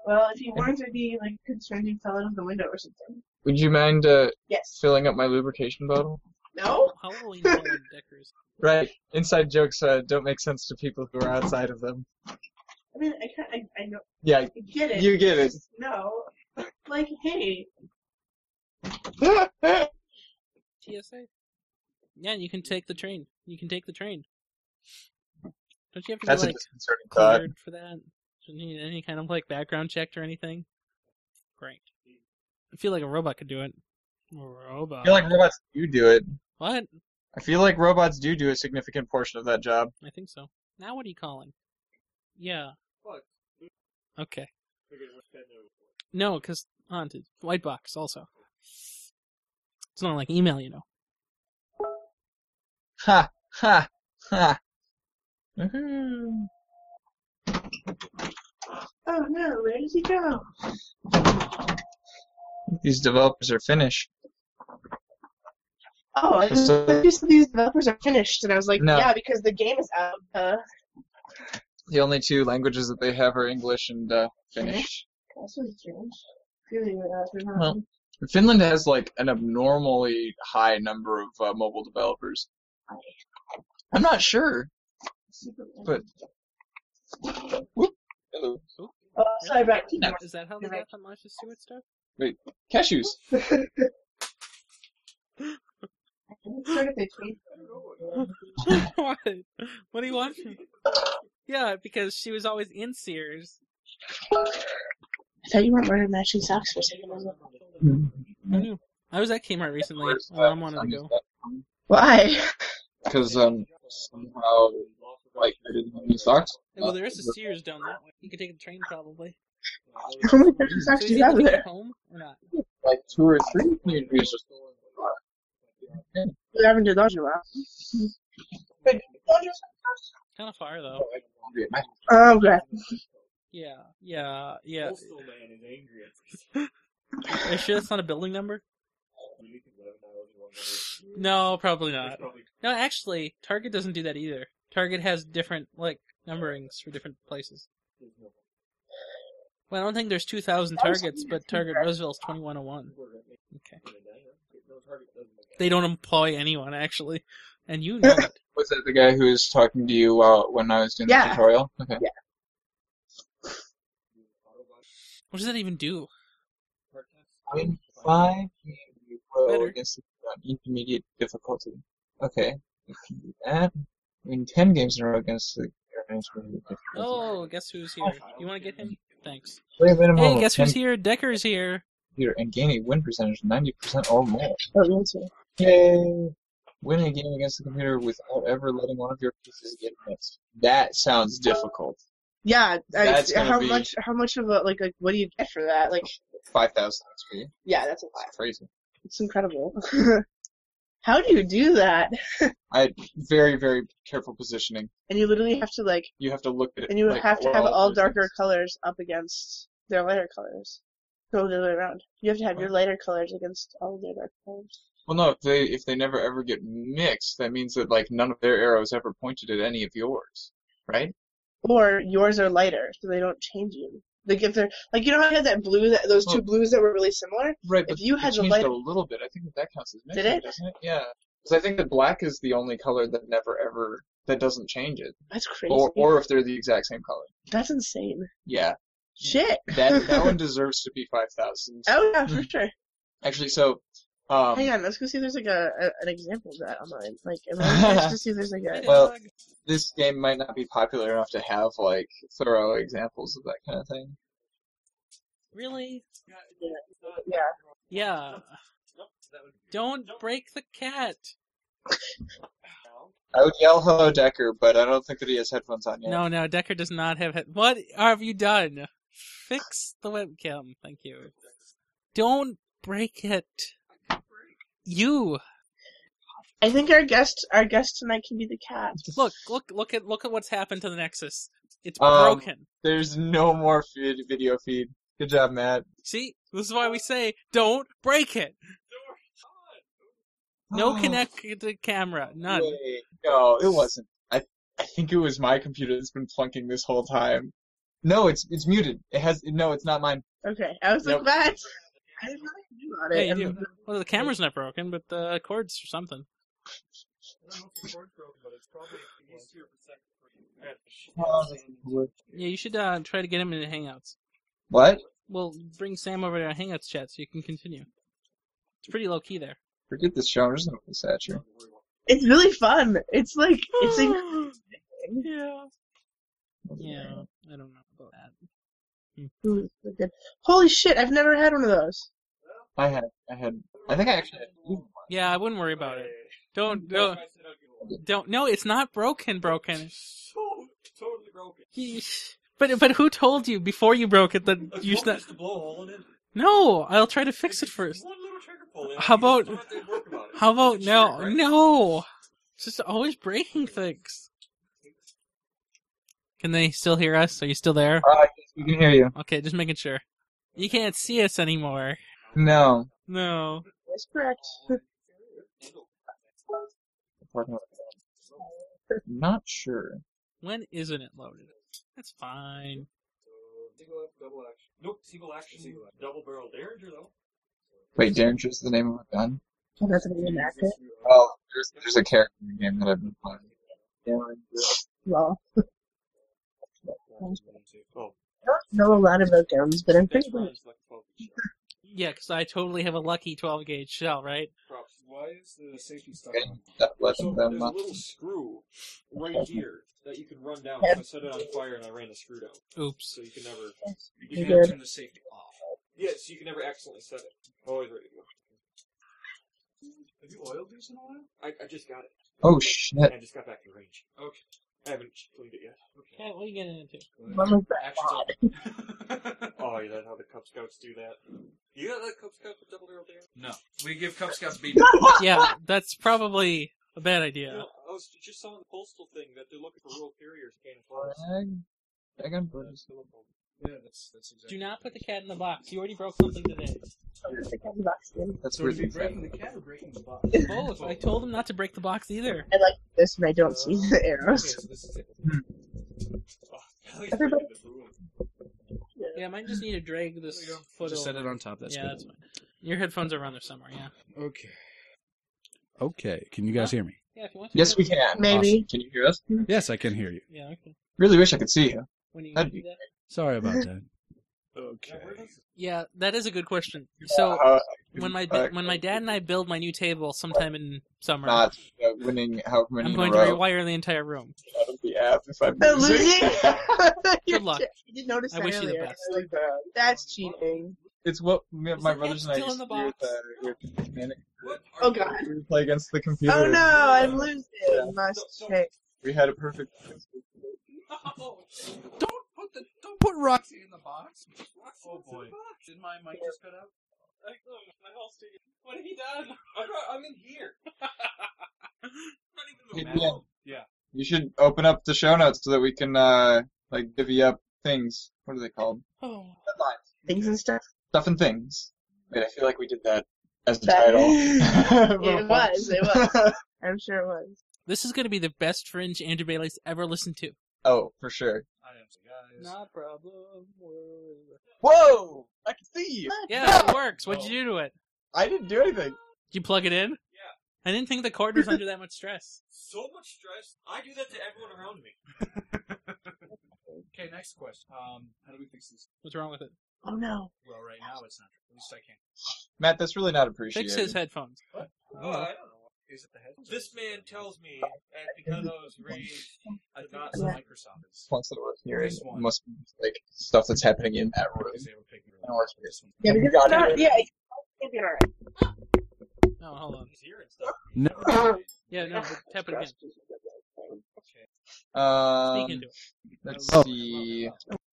[SPEAKER 4] Well, if you weren't, I'd be like concerned you fell out of the window or something.
[SPEAKER 5] Would you mind uh,
[SPEAKER 4] Yes.
[SPEAKER 5] filling up my lubrication bottle?
[SPEAKER 1] Oh.
[SPEAKER 4] No.
[SPEAKER 2] Halloween Deckers.
[SPEAKER 5] Right. Inside jokes uh, don't make sense to people who are outside of them.
[SPEAKER 4] I mean, I can't. I, I know.
[SPEAKER 5] Yeah.
[SPEAKER 4] I get it.
[SPEAKER 5] You get (laughs) it.
[SPEAKER 4] Just No. (laughs) Like, hey,
[SPEAKER 2] TSA. Yeah, you can take the train. You can take the train. Don't you have to
[SPEAKER 5] That's
[SPEAKER 2] be
[SPEAKER 5] a uh,
[SPEAKER 2] like
[SPEAKER 5] disconcerting thought.
[SPEAKER 2] cleared for that? Don't you need any kind of like background check or anything? Great. I feel like a robot could do it. Robot.
[SPEAKER 5] I feel like robots do do it.
[SPEAKER 2] what?
[SPEAKER 5] I feel like robots do do a significant portion of that job.
[SPEAKER 2] I think so. Now what are you calling? Yeah.
[SPEAKER 1] What?
[SPEAKER 2] Okay.
[SPEAKER 1] Figured what that note was.
[SPEAKER 2] No, because haunted white box also. It's not like email, you know.
[SPEAKER 5] Ha ha ha.
[SPEAKER 4] Hmm.
[SPEAKER 5] Woohoo.
[SPEAKER 4] oh no, where did he go?
[SPEAKER 5] These developers are Finnish.
[SPEAKER 4] Oh, I just
[SPEAKER 5] So-
[SPEAKER 4] I just- these developers are finished, and I was like,
[SPEAKER 5] No.
[SPEAKER 4] yeah, because the game is out. Uh,
[SPEAKER 5] The only two languages that they have are English and uh, Finnish.
[SPEAKER 4] that's really strange. Really, uh, they're not-
[SPEAKER 5] Well. Finland has like an abnormally high number of uh, mobile developers. I'm not sure.
[SPEAKER 4] super weird.
[SPEAKER 5] But- Hello.
[SPEAKER 4] oh, sorry, right. keep
[SPEAKER 5] No.
[SPEAKER 2] Is that how they got that Martha Stewart stuff? (laughs)
[SPEAKER 5] Cashews.
[SPEAKER 4] (laughs) going. Sort of a tweet.
[SPEAKER 2] what? What do you want? from- yeah, because she was always in Sears.
[SPEAKER 4] I thought you weren't wearing matching socks for a second. I was like,
[SPEAKER 2] Mm-hmm. I knew. I was at Kmart recently. Well, I wanted to go.
[SPEAKER 4] (laughs) Why?
[SPEAKER 3] Because um somehow like I didn't have any socks.
[SPEAKER 2] Hey, Well, there is a Sears down that way. You could take the train probably.
[SPEAKER 4] How many matching
[SPEAKER 2] So
[SPEAKER 4] socks do
[SPEAKER 2] you
[SPEAKER 4] you have
[SPEAKER 2] think you
[SPEAKER 4] there?
[SPEAKER 2] get home or not?
[SPEAKER 3] Like two or three communities just
[SPEAKER 4] We haven't done those in a while. But-
[SPEAKER 2] Kind of far though.
[SPEAKER 4] Oh, okay.
[SPEAKER 2] Yeah, yeah, yeah.
[SPEAKER 1] Postal man is angry at this.
[SPEAKER 2] Are you sure that's not a building number?
[SPEAKER 1] You need to live in hours and one hundred.
[SPEAKER 2] No, probably not.
[SPEAKER 1] There's probably
[SPEAKER 2] No, actually, Target doesn't do that either. Target has different like numberings for different places.
[SPEAKER 1] there's no
[SPEAKER 2] Well, I don't think there's 2,000 targets, but Target oh Roseville's 2101.
[SPEAKER 1] we're gonna make
[SPEAKER 2] Okay.
[SPEAKER 1] it a diner. No target doesn't make it.
[SPEAKER 2] They don't employ anyone actually, and you know it.
[SPEAKER 5] Was that the guy who was talking to you uh, when I was doing
[SPEAKER 4] Yeah.
[SPEAKER 5] the tutorial? Okay.
[SPEAKER 1] Autobot
[SPEAKER 2] What does that even do?
[SPEAKER 1] part test.
[SPEAKER 5] In five, you roll
[SPEAKER 2] Better.
[SPEAKER 5] against it on intermediate difficulty. Okay. If you do that, win ten games in a row against the intermediate difficulty.
[SPEAKER 2] Oh, guess who's here? You want to get him? Thanks.
[SPEAKER 5] Play a minimum
[SPEAKER 2] Hey,
[SPEAKER 5] of
[SPEAKER 2] guess
[SPEAKER 5] 10
[SPEAKER 2] who's here? Decker's here.
[SPEAKER 5] computer and gain a win percentage of 90% or more.
[SPEAKER 4] Oh, me too.
[SPEAKER 5] Yay! Win a game against the computer without ever letting one of your pieces get missed. That sounds difficult.
[SPEAKER 4] Yeah, I,
[SPEAKER 5] That's gonna
[SPEAKER 4] how
[SPEAKER 5] be-
[SPEAKER 4] much? How much of a like? Like, what do you get for that? Like,
[SPEAKER 5] 5,000 XP.
[SPEAKER 4] yeah, that's a lot.
[SPEAKER 5] Crazy.
[SPEAKER 4] It's incredible. (laughs) how do you do that?
[SPEAKER 5] I very, very careful positioning.
[SPEAKER 4] And you literally have to like,
[SPEAKER 5] You have to look at it.
[SPEAKER 4] and you
[SPEAKER 5] like,
[SPEAKER 4] have to
[SPEAKER 5] what
[SPEAKER 4] have
[SPEAKER 5] (laughs)
[SPEAKER 4] all
[SPEAKER 5] those
[SPEAKER 4] darker
[SPEAKER 5] things-
[SPEAKER 4] colors up against their lighter colors. No, the other way around. You have to have your lighter colors against all of their dark colors.
[SPEAKER 5] Well, no, if they if they never ever get mixed, that means that like none of their arrows ever pointed at any of yours, right?
[SPEAKER 4] Or yours are lighter, so they don't change you. Like if they're like, you know how I had that blue, that those two
[SPEAKER 5] Well-
[SPEAKER 4] blues that were really similar.
[SPEAKER 5] Right.
[SPEAKER 4] If you
[SPEAKER 5] they
[SPEAKER 4] had the
[SPEAKER 5] changed
[SPEAKER 4] light-
[SPEAKER 5] it a little bit, I think that, that counts as
[SPEAKER 4] Did
[SPEAKER 5] mixing,
[SPEAKER 4] it?
[SPEAKER 5] doesn't it? Yeah, because I think that black is the only color that never ever that doesn't change it,
[SPEAKER 4] That's crazy.
[SPEAKER 5] or or if they're the exact same color.
[SPEAKER 4] That's insane.
[SPEAKER 5] Yeah,
[SPEAKER 4] Shit.
[SPEAKER 5] that that
[SPEAKER 4] (laughs)
[SPEAKER 5] one deserves to be five thousand.
[SPEAKER 4] Oh yeah, for sure.
[SPEAKER 5] Actually, so um,
[SPEAKER 4] Hang on, let's go see if there's like a, a an example of that online. Like, I'm curious to see if there's like a.
[SPEAKER 5] Well- this game might not be popular enough to have like thorough examples of that kind of thing.
[SPEAKER 2] really?
[SPEAKER 4] Yeah.
[SPEAKER 2] Yeah.
[SPEAKER 1] That would be
[SPEAKER 2] Don't break the cat.
[SPEAKER 1] now.
[SPEAKER 5] I would yell "Hello, Decker," but I don't think that he has headphones on yet.
[SPEAKER 2] No, no, Decker does not have. Head- what have you done? Fix the webcam. Thank you. Don't break it. You
[SPEAKER 4] I think our guest our guest tonight can be the cat.
[SPEAKER 2] look, look, look at look at what's happened to the Nexus. It's
[SPEAKER 5] Um,
[SPEAKER 2] broken.
[SPEAKER 5] There's no more feed, video feed. Good job, Matt.
[SPEAKER 2] See, this is why we say don't break it. No
[SPEAKER 5] Oh, (sighs)
[SPEAKER 2] connected camera. None.
[SPEAKER 5] Wait, no, it wasn't. I I think it was my computer that's been plunking this whole time. No, it's it's muted. It has no. It's not mine.
[SPEAKER 4] Okay, I was like,
[SPEAKER 5] Nope.
[SPEAKER 4] that. (laughs) I didn't know what to do about it.
[SPEAKER 2] Yeah, you
[SPEAKER 4] And
[SPEAKER 2] do. Well, the camera's not broken, but the cord's or something.
[SPEAKER 1] I don't know if the cord's broken, but it's probably easier for second for you. I got the shit
[SPEAKER 2] Oh, Yeah, you should uh, try to get him into Hangouts.
[SPEAKER 5] What?
[SPEAKER 2] Well, bring Sam over to our Hangouts chat so you can continue. It's pretty low key there.
[SPEAKER 5] Forget this show. I'm just gonna put this at you.
[SPEAKER 4] It's really fun. It's like
[SPEAKER 2] (gasps)
[SPEAKER 4] it's like
[SPEAKER 2] yeah. Yeah, I don't know about that.
[SPEAKER 4] good. Holy shit! I've never had one of those.
[SPEAKER 5] I had. I had. I think I actually had.
[SPEAKER 2] Yeah, I wouldn't worry about it. Don't
[SPEAKER 1] No,
[SPEAKER 2] don't
[SPEAKER 1] I said I'll get one.
[SPEAKER 2] don't. No, it's not broken. Broken.
[SPEAKER 1] So totally broken.
[SPEAKER 2] (laughs) He- But but who told you before you broke it
[SPEAKER 1] I
[SPEAKER 2] that
[SPEAKER 1] was
[SPEAKER 2] you
[SPEAKER 1] hoping
[SPEAKER 2] should?
[SPEAKER 1] just to blow a hole in it.
[SPEAKER 2] No, I'll try to fix it first.
[SPEAKER 1] One little trigger pull in.
[SPEAKER 2] How about-
[SPEAKER 1] Don't have to work about it.
[SPEAKER 2] How about
[SPEAKER 1] It's a
[SPEAKER 2] no
[SPEAKER 1] trigger, right?
[SPEAKER 2] no? It's just always breaking things. Can they still hear us? Are you still there?
[SPEAKER 5] Uh, we can hear you.
[SPEAKER 2] Okay, just making sure. You can't see us anymore.
[SPEAKER 5] No.
[SPEAKER 2] No.
[SPEAKER 4] That's correct.
[SPEAKER 2] (laughs) (laughs)
[SPEAKER 5] Not sure.
[SPEAKER 2] When isn't it loaded? That's fine.
[SPEAKER 1] Single action, double action. Nope, single action, single action. Double barrel Derringer though.
[SPEAKER 5] Wait, Derringer's the name of a gun?
[SPEAKER 4] Oh, that's an inaccurate.
[SPEAKER 1] uh,
[SPEAKER 5] Oh, there's there's a character in the game that I've been playing.
[SPEAKER 4] Well,
[SPEAKER 1] Oh,
[SPEAKER 4] I don't know a lot about guns, but I'm
[SPEAKER 1] that's
[SPEAKER 4] pretty good.
[SPEAKER 1] Ryan's lucky focus shot.
[SPEAKER 2] Yeah, because I totally have a lucky 12 gauge shell, right?
[SPEAKER 1] Props. Why is the safety stuck
[SPEAKER 5] Okay,
[SPEAKER 1] on?
[SPEAKER 5] that let
[SPEAKER 1] So
[SPEAKER 5] them uh,
[SPEAKER 1] there's a
[SPEAKER 5] up.
[SPEAKER 1] little screw right here that you can run down. So I set it on fire and I ran the screw down,
[SPEAKER 2] Oops.
[SPEAKER 1] so you can never
[SPEAKER 4] You
[SPEAKER 1] you can never
[SPEAKER 4] did.
[SPEAKER 1] turn the safety off. Yeah, so you can never accidentally set it. Always ready to go. Have you oiled these in a while? I, I just got it.
[SPEAKER 5] Oh shit.
[SPEAKER 1] I just got back in range. Okay. I haven't cleaned it yet. Okay.
[SPEAKER 2] what are you getting into?
[SPEAKER 4] One was that
[SPEAKER 1] Actions
[SPEAKER 4] odd.
[SPEAKER 1] up. (laughs) oh, is that how the Cub Scouts do that? You got that Cub Scout with double barrel dare? No. We give Cub Scouts beat.
[SPEAKER 2] Yeah, that's probably a bad
[SPEAKER 1] You
[SPEAKER 2] idea.
[SPEAKER 1] know, I was just on the postal thing that they're looking for rural carriers in Canada.
[SPEAKER 5] Egg on Burgess.
[SPEAKER 1] Yeah, that's, that's exactly
[SPEAKER 2] Do not put the cat in the box. You already broke something today.
[SPEAKER 4] I don't think I'm boxed in.
[SPEAKER 5] That's
[SPEAKER 1] So would it be
[SPEAKER 5] really
[SPEAKER 1] breaking the
[SPEAKER 5] sad.
[SPEAKER 1] cat or breaking the box?
[SPEAKER 2] Both. Oh, I
[SPEAKER 6] (laughs)
[SPEAKER 2] told him not to break the box either.
[SPEAKER 4] I like this, and I don't see the arrows. (laughs)
[SPEAKER 1] Okay, so this is it.
[SPEAKER 6] Hmm.
[SPEAKER 1] Oh, Kelly's
[SPEAKER 4] Everybody-
[SPEAKER 1] breaking the room.
[SPEAKER 2] Yeah, I might just need to drag this
[SPEAKER 1] There you go.
[SPEAKER 2] foot
[SPEAKER 6] Just set
[SPEAKER 2] over.
[SPEAKER 6] it on top. That's
[SPEAKER 2] yeah,
[SPEAKER 6] good.
[SPEAKER 2] that's fine. Your headphones are around there somewhere, yeah.
[SPEAKER 6] Okay. Okay. Can you guys hear me?
[SPEAKER 2] Yeah, if you want to.
[SPEAKER 5] Yes, we can.
[SPEAKER 4] Maybe.
[SPEAKER 5] Can you hear us?
[SPEAKER 6] Yes, I can hear you.
[SPEAKER 2] Yeah, okay.
[SPEAKER 5] Really wish I could see you.
[SPEAKER 2] When you
[SPEAKER 5] That'd
[SPEAKER 2] do that?
[SPEAKER 6] Sorry
[SPEAKER 1] (laughs)
[SPEAKER 6] about that.
[SPEAKER 1] Now, where
[SPEAKER 6] Okay.
[SPEAKER 1] does it-
[SPEAKER 2] Yeah, that is a good question. So,
[SPEAKER 5] Uh,
[SPEAKER 2] when my
[SPEAKER 5] uh,
[SPEAKER 2] when my dad and I build my new table sometime in summer,
[SPEAKER 5] not uh, winning how many
[SPEAKER 2] I'm
[SPEAKER 5] in
[SPEAKER 2] going
[SPEAKER 5] a
[SPEAKER 2] to
[SPEAKER 5] row
[SPEAKER 2] rewire the entire room.
[SPEAKER 5] out of the app if I'm
[SPEAKER 4] Oh,
[SPEAKER 5] losing. (laughs)
[SPEAKER 4] losing?
[SPEAKER 2] (laughs)
[SPEAKER 4] (laughs)
[SPEAKER 2] Good luck.
[SPEAKER 4] I did notice
[SPEAKER 2] I
[SPEAKER 4] that
[SPEAKER 2] wish you the
[SPEAKER 4] earlier.
[SPEAKER 2] best.
[SPEAKER 4] I was like, That's cheating.
[SPEAKER 5] It's what me,
[SPEAKER 2] Is
[SPEAKER 5] my
[SPEAKER 2] the
[SPEAKER 5] brothers and
[SPEAKER 2] cat
[SPEAKER 5] I
[SPEAKER 2] still
[SPEAKER 5] used
[SPEAKER 2] in
[SPEAKER 5] to
[SPEAKER 2] the
[SPEAKER 5] do with,
[SPEAKER 2] box?
[SPEAKER 5] uh, with Manic.
[SPEAKER 1] What are
[SPEAKER 4] Oh
[SPEAKER 1] you-
[SPEAKER 4] god.
[SPEAKER 5] We would play against the computer.
[SPEAKER 4] Oh no, I'm losing.
[SPEAKER 5] Yeah.
[SPEAKER 4] Must check.
[SPEAKER 5] We had a perfect.
[SPEAKER 1] (laughs) No!
[SPEAKER 6] Don't put the don't put Roxy in the box.
[SPEAKER 1] Oh boy.
[SPEAKER 6] Did my mic
[SPEAKER 4] just
[SPEAKER 6] cut out?
[SPEAKER 2] What have you done?
[SPEAKER 1] I'm not- I'm in (laughs) here.
[SPEAKER 5] Hey,
[SPEAKER 1] Not even the
[SPEAKER 5] Ian,
[SPEAKER 1] Yeah.
[SPEAKER 5] You should open up the show notes so that we can uh like divvy up things. What are they called?
[SPEAKER 2] Oh,
[SPEAKER 5] Headlines.
[SPEAKER 4] Things and stuff.
[SPEAKER 5] Stuff and things. Wait, I feel like we did that as a
[SPEAKER 4] That-
[SPEAKER 5] title. (laughs)
[SPEAKER 4] (laughs) It was, it was. I'm sure it was.
[SPEAKER 2] this is going to be the best fringe Andrew Bailey's ever listened to.
[SPEAKER 5] oh, for sure.
[SPEAKER 1] I am so guys.
[SPEAKER 2] Not problem.
[SPEAKER 5] Whoa! I can see you.
[SPEAKER 2] (laughs) Yeah, it works. What'd you do to it?
[SPEAKER 5] I didn't do anything.
[SPEAKER 2] Did you plug it in?
[SPEAKER 1] Yeah.
[SPEAKER 2] I didn't think the cord was under that much stress.
[SPEAKER 1] So much stress. I do that to everyone around me. okay, next question. Um, how do we fix this?
[SPEAKER 2] What's wrong with it?
[SPEAKER 4] Oh no.
[SPEAKER 1] Well, right now it's not. At least I can't.
[SPEAKER 5] Matt, that's really not appreciated.
[SPEAKER 2] Fix his headphones.
[SPEAKER 1] Oh, I don't know. Is it the head? This man tells me that because I
[SPEAKER 6] (laughs)
[SPEAKER 1] was raised at not
[SPEAKER 4] Yeah.
[SPEAKER 1] Microsoft is.
[SPEAKER 5] Points that we're hearing
[SPEAKER 1] This one.
[SPEAKER 5] must be like stuff that's happening in that room.
[SPEAKER 4] (laughs)
[SPEAKER 1] Because they were picking
[SPEAKER 5] I don't know if it's-
[SPEAKER 4] Yeah,
[SPEAKER 5] You
[SPEAKER 4] because
[SPEAKER 5] got
[SPEAKER 4] it's not,
[SPEAKER 5] it.
[SPEAKER 4] yeah, it's gonna be alright.
[SPEAKER 2] No, hold on.
[SPEAKER 1] He's here and stuff. (laughs)
[SPEAKER 6] No.
[SPEAKER 2] Yeah,
[SPEAKER 5] (laughs)
[SPEAKER 2] no, but tap it again.
[SPEAKER 5] Um,
[SPEAKER 2] Speak into it.
[SPEAKER 5] let's
[SPEAKER 6] Oh.
[SPEAKER 5] see.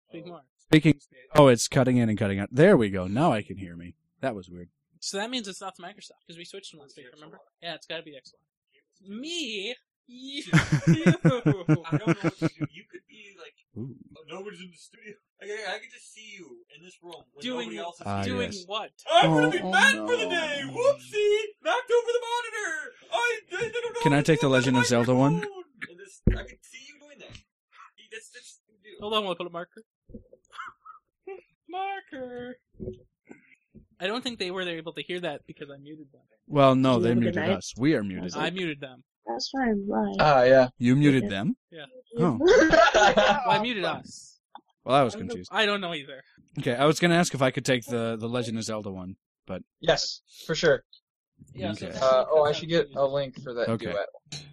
[SPEAKER 2] Speak more.
[SPEAKER 6] Speaking. Oh, it's cutting in and cutting out. There we go. Now I can hear me. That was weird.
[SPEAKER 2] So that means it's not the Microsoft because we switched them last week. Remember? Yeah, it's got to be the Xbox. Me. You.
[SPEAKER 1] I don't know what to do. You could be like,
[SPEAKER 6] Ooh.
[SPEAKER 1] oh, nobody's in the studio. I, could- I could just see you in this room when
[SPEAKER 2] Doing-
[SPEAKER 1] nobody else is
[SPEAKER 6] Ah,
[SPEAKER 2] (laughs)
[SPEAKER 1] here.
[SPEAKER 2] Doing
[SPEAKER 6] yes.
[SPEAKER 2] what?
[SPEAKER 1] I'm
[SPEAKER 6] Oh,
[SPEAKER 1] gonna be
[SPEAKER 6] oh,
[SPEAKER 1] bad for the
[SPEAKER 6] no.
[SPEAKER 1] day. Whoopsie! Knocked over the monitor. I, I don't know.
[SPEAKER 6] Can I
[SPEAKER 1] what to
[SPEAKER 6] take the
[SPEAKER 1] do
[SPEAKER 6] Legend
[SPEAKER 1] with
[SPEAKER 6] of
[SPEAKER 1] my
[SPEAKER 6] Zelda one?
[SPEAKER 1] phone. And this, I can see you doing that. That's, that's what you do.
[SPEAKER 2] Oh. Hold on, we'll put a marker.
[SPEAKER 4] her.
[SPEAKER 2] I don't think they were able to hear that because I muted them.
[SPEAKER 7] Well, no,
[SPEAKER 4] You
[SPEAKER 7] they
[SPEAKER 4] have a good
[SPEAKER 7] muted
[SPEAKER 4] night.
[SPEAKER 7] us. We are muted.
[SPEAKER 2] I muted them.
[SPEAKER 4] That's fine. Why?
[SPEAKER 5] Ah, yeah. (laughs)
[SPEAKER 7] You muted
[SPEAKER 4] Yeah.
[SPEAKER 7] them? oh.
[SPEAKER 2] Well, I muted us.
[SPEAKER 7] Well, I was confused.
[SPEAKER 2] I don't know either.
[SPEAKER 7] Okay, I was going to ask if I could take the the Legend of Zelda one.
[SPEAKER 5] yes, for sure.
[SPEAKER 2] Yeah,
[SPEAKER 7] Okay.
[SPEAKER 2] that's-
[SPEAKER 5] Uh, oh, I
[SPEAKER 2] that's
[SPEAKER 5] should
[SPEAKER 2] how
[SPEAKER 5] get
[SPEAKER 2] it is.
[SPEAKER 5] a link for that
[SPEAKER 7] Okay.
[SPEAKER 5] duet.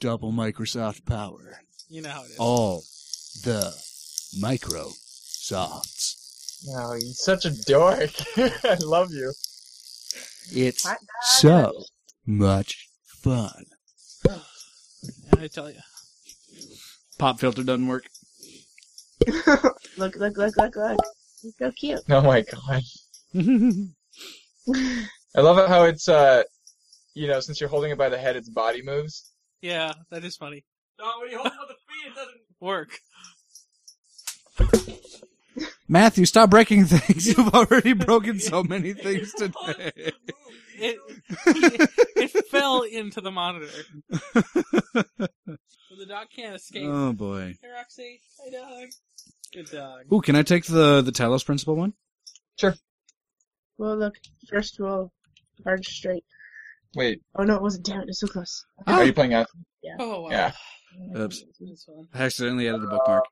[SPEAKER 7] Double Microsoft power.
[SPEAKER 2] You know how it is.
[SPEAKER 7] All the micro softs.
[SPEAKER 5] No, you're such a dork. (laughs) I love you.
[SPEAKER 7] It's
[SPEAKER 4] Hot
[SPEAKER 7] so much fun.
[SPEAKER 2] And I tell you.
[SPEAKER 7] Pop filter doesn't (laughs) work.
[SPEAKER 4] (laughs) look, look, look, look, look. He's so cute.
[SPEAKER 5] Oh my god.
[SPEAKER 7] yeah,
[SPEAKER 5] I love it how it's, uh, you know, since you're holding it by the head, its body moves.
[SPEAKER 2] Yeah, that is funny.
[SPEAKER 1] No, when Oh, you hold it with the feet, it doesn't.
[SPEAKER 2] (laughs) Work.
[SPEAKER 7] Matthew, stop breaking (laughs) things. You've already broken so many
[SPEAKER 2] (laughs)
[SPEAKER 1] (laughs)
[SPEAKER 7] things today.
[SPEAKER 2] It, (laughs) it fell into the monitor. So (laughs) the dog can't escape.
[SPEAKER 7] oh boy.
[SPEAKER 2] hey, Roxy. Hi, dog. Good dog.
[SPEAKER 7] Ooh, can I take the the Talos principle one?
[SPEAKER 4] Well, look. First roll, hard straight.
[SPEAKER 5] Wait,
[SPEAKER 4] Oh no, it wasn't. Damn it, it's so close. (laughs)
[SPEAKER 5] are you playing that?
[SPEAKER 2] Oh, wow.
[SPEAKER 5] Yeah.
[SPEAKER 7] Oops.
[SPEAKER 2] That's fun.
[SPEAKER 7] I accidentally added the bookmark.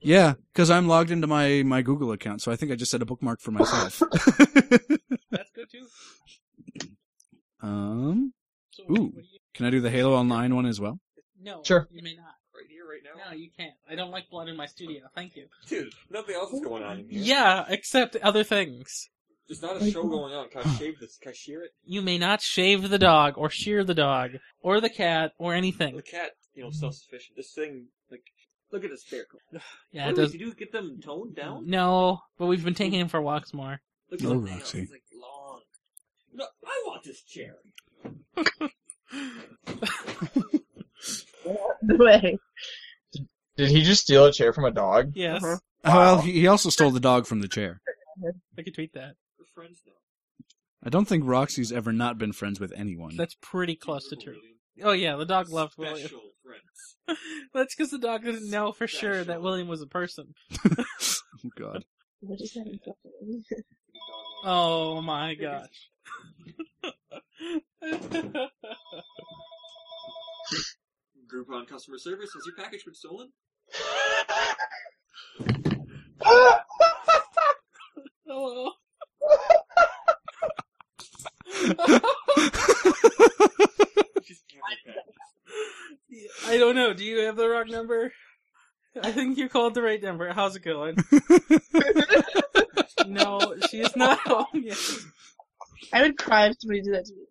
[SPEAKER 7] Yeah, because I'm logged into my my Google account, so I think I just set a bookmark for myself.
[SPEAKER 4] (laughs)
[SPEAKER 2] That's good too.
[SPEAKER 7] um,
[SPEAKER 2] So,
[SPEAKER 7] Ooh.
[SPEAKER 2] What do you,
[SPEAKER 7] can I do the Halo Online one as well?
[SPEAKER 2] no,
[SPEAKER 5] Sure.
[SPEAKER 2] you may not.
[SPEAKER 1] Right here, right now.
[SPEAKER 2] No, you can't. I don't like blood in my studio. Thank you.
[SPEAKER 1] Dude, nothing else is going on in here.
[SPEAKER 2] Yeah, except other things.
[SPEAKER 1] There's not a show going on. Can I shave this? Can I shear it?
[SPEAKER 2] You may not shave the dog or shear the dog or the cat or anything.
[SPEAKER 1] The cat, you know, self-sufficient. This thing, like, look at this bear.
[SPEAKER 2] Yeah,
[SPEAKER 1] what
[SPEAKER 2] it
[SPEAKER 1] do we
[SPEAKER 2] does.
[SPEAKER 1] do? Get them toned down?
[SPEAKER 2] No, but we've been taking him for walks more.
[SPEAKER 1] Look
[SPEAKER 7] Oh,
[SPEAKER 1] the nails,
[SPEAKER 7] Roxy.
[SPEAKER 1] It's like long. No, I want this chair.
[SPEAKER 4] The way.
[SPEAKER 5] Did he just steal a chair from a dog?
[SPEAKER 2] (gasps) Yes,
[SPEAKER 4] Uh-huh.
[SPEAKER 7] Oh, Well, he he also stole the dog from the chair.
[SPEAKER 2] I could tweet that.
[SPEAKER 1] We're friends now.
[SPEAKER 7] I don't think Roxy's ever not been friends with anyone.
[SPEAKER 2] That's pretty close to true.
[SPEAKER 1] Really
[SPEAKER 2] Oh yeah, the dog loved William.
[SPEAKER 1] Special friends.
[SPEAKER 2] (laughs) That's because the dog doesn't know for sure that
[SPEAKER 1] Special.
[SPEAKER 2] William was a person.
[SPEAKER 7] oh (laughs) God.
[SPEAKER 4] What is that? exactly?
[SPEAKER 2] Oh my (laughs) gosh.
[SPEAKER 1] Groupon customer service. Has your package
[SPEAKER 4] (laughs)
[SPEAKER 1] been stolen?
[SPEAKER 2] Hello.
[SPEAKER 1] She's gambling back.
[SPEAKER 2] I don't know. Do you have the wrong number? I think you called the right number. How's it (laughs) going? no, she is not home yet.
[SPEAKER 4] (laughs) I would cry if somebody did that to me.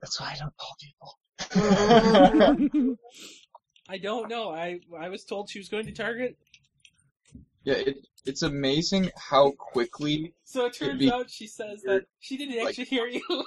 [SPEAKER 5] That's why I don't call
[SPEAKER 2] (laughs)
[SPEAKER 5] people.
[SPEAKER 2] I don't know. I I was told she was going to Target,
[SPEAKER 5] yeah, it, it's amazing how quickly,
[SPEAKER 2] so it turns
[SPEAKER 5] be-
[SPEAKER 2] out she says that she didn't actually hear you. (laughs)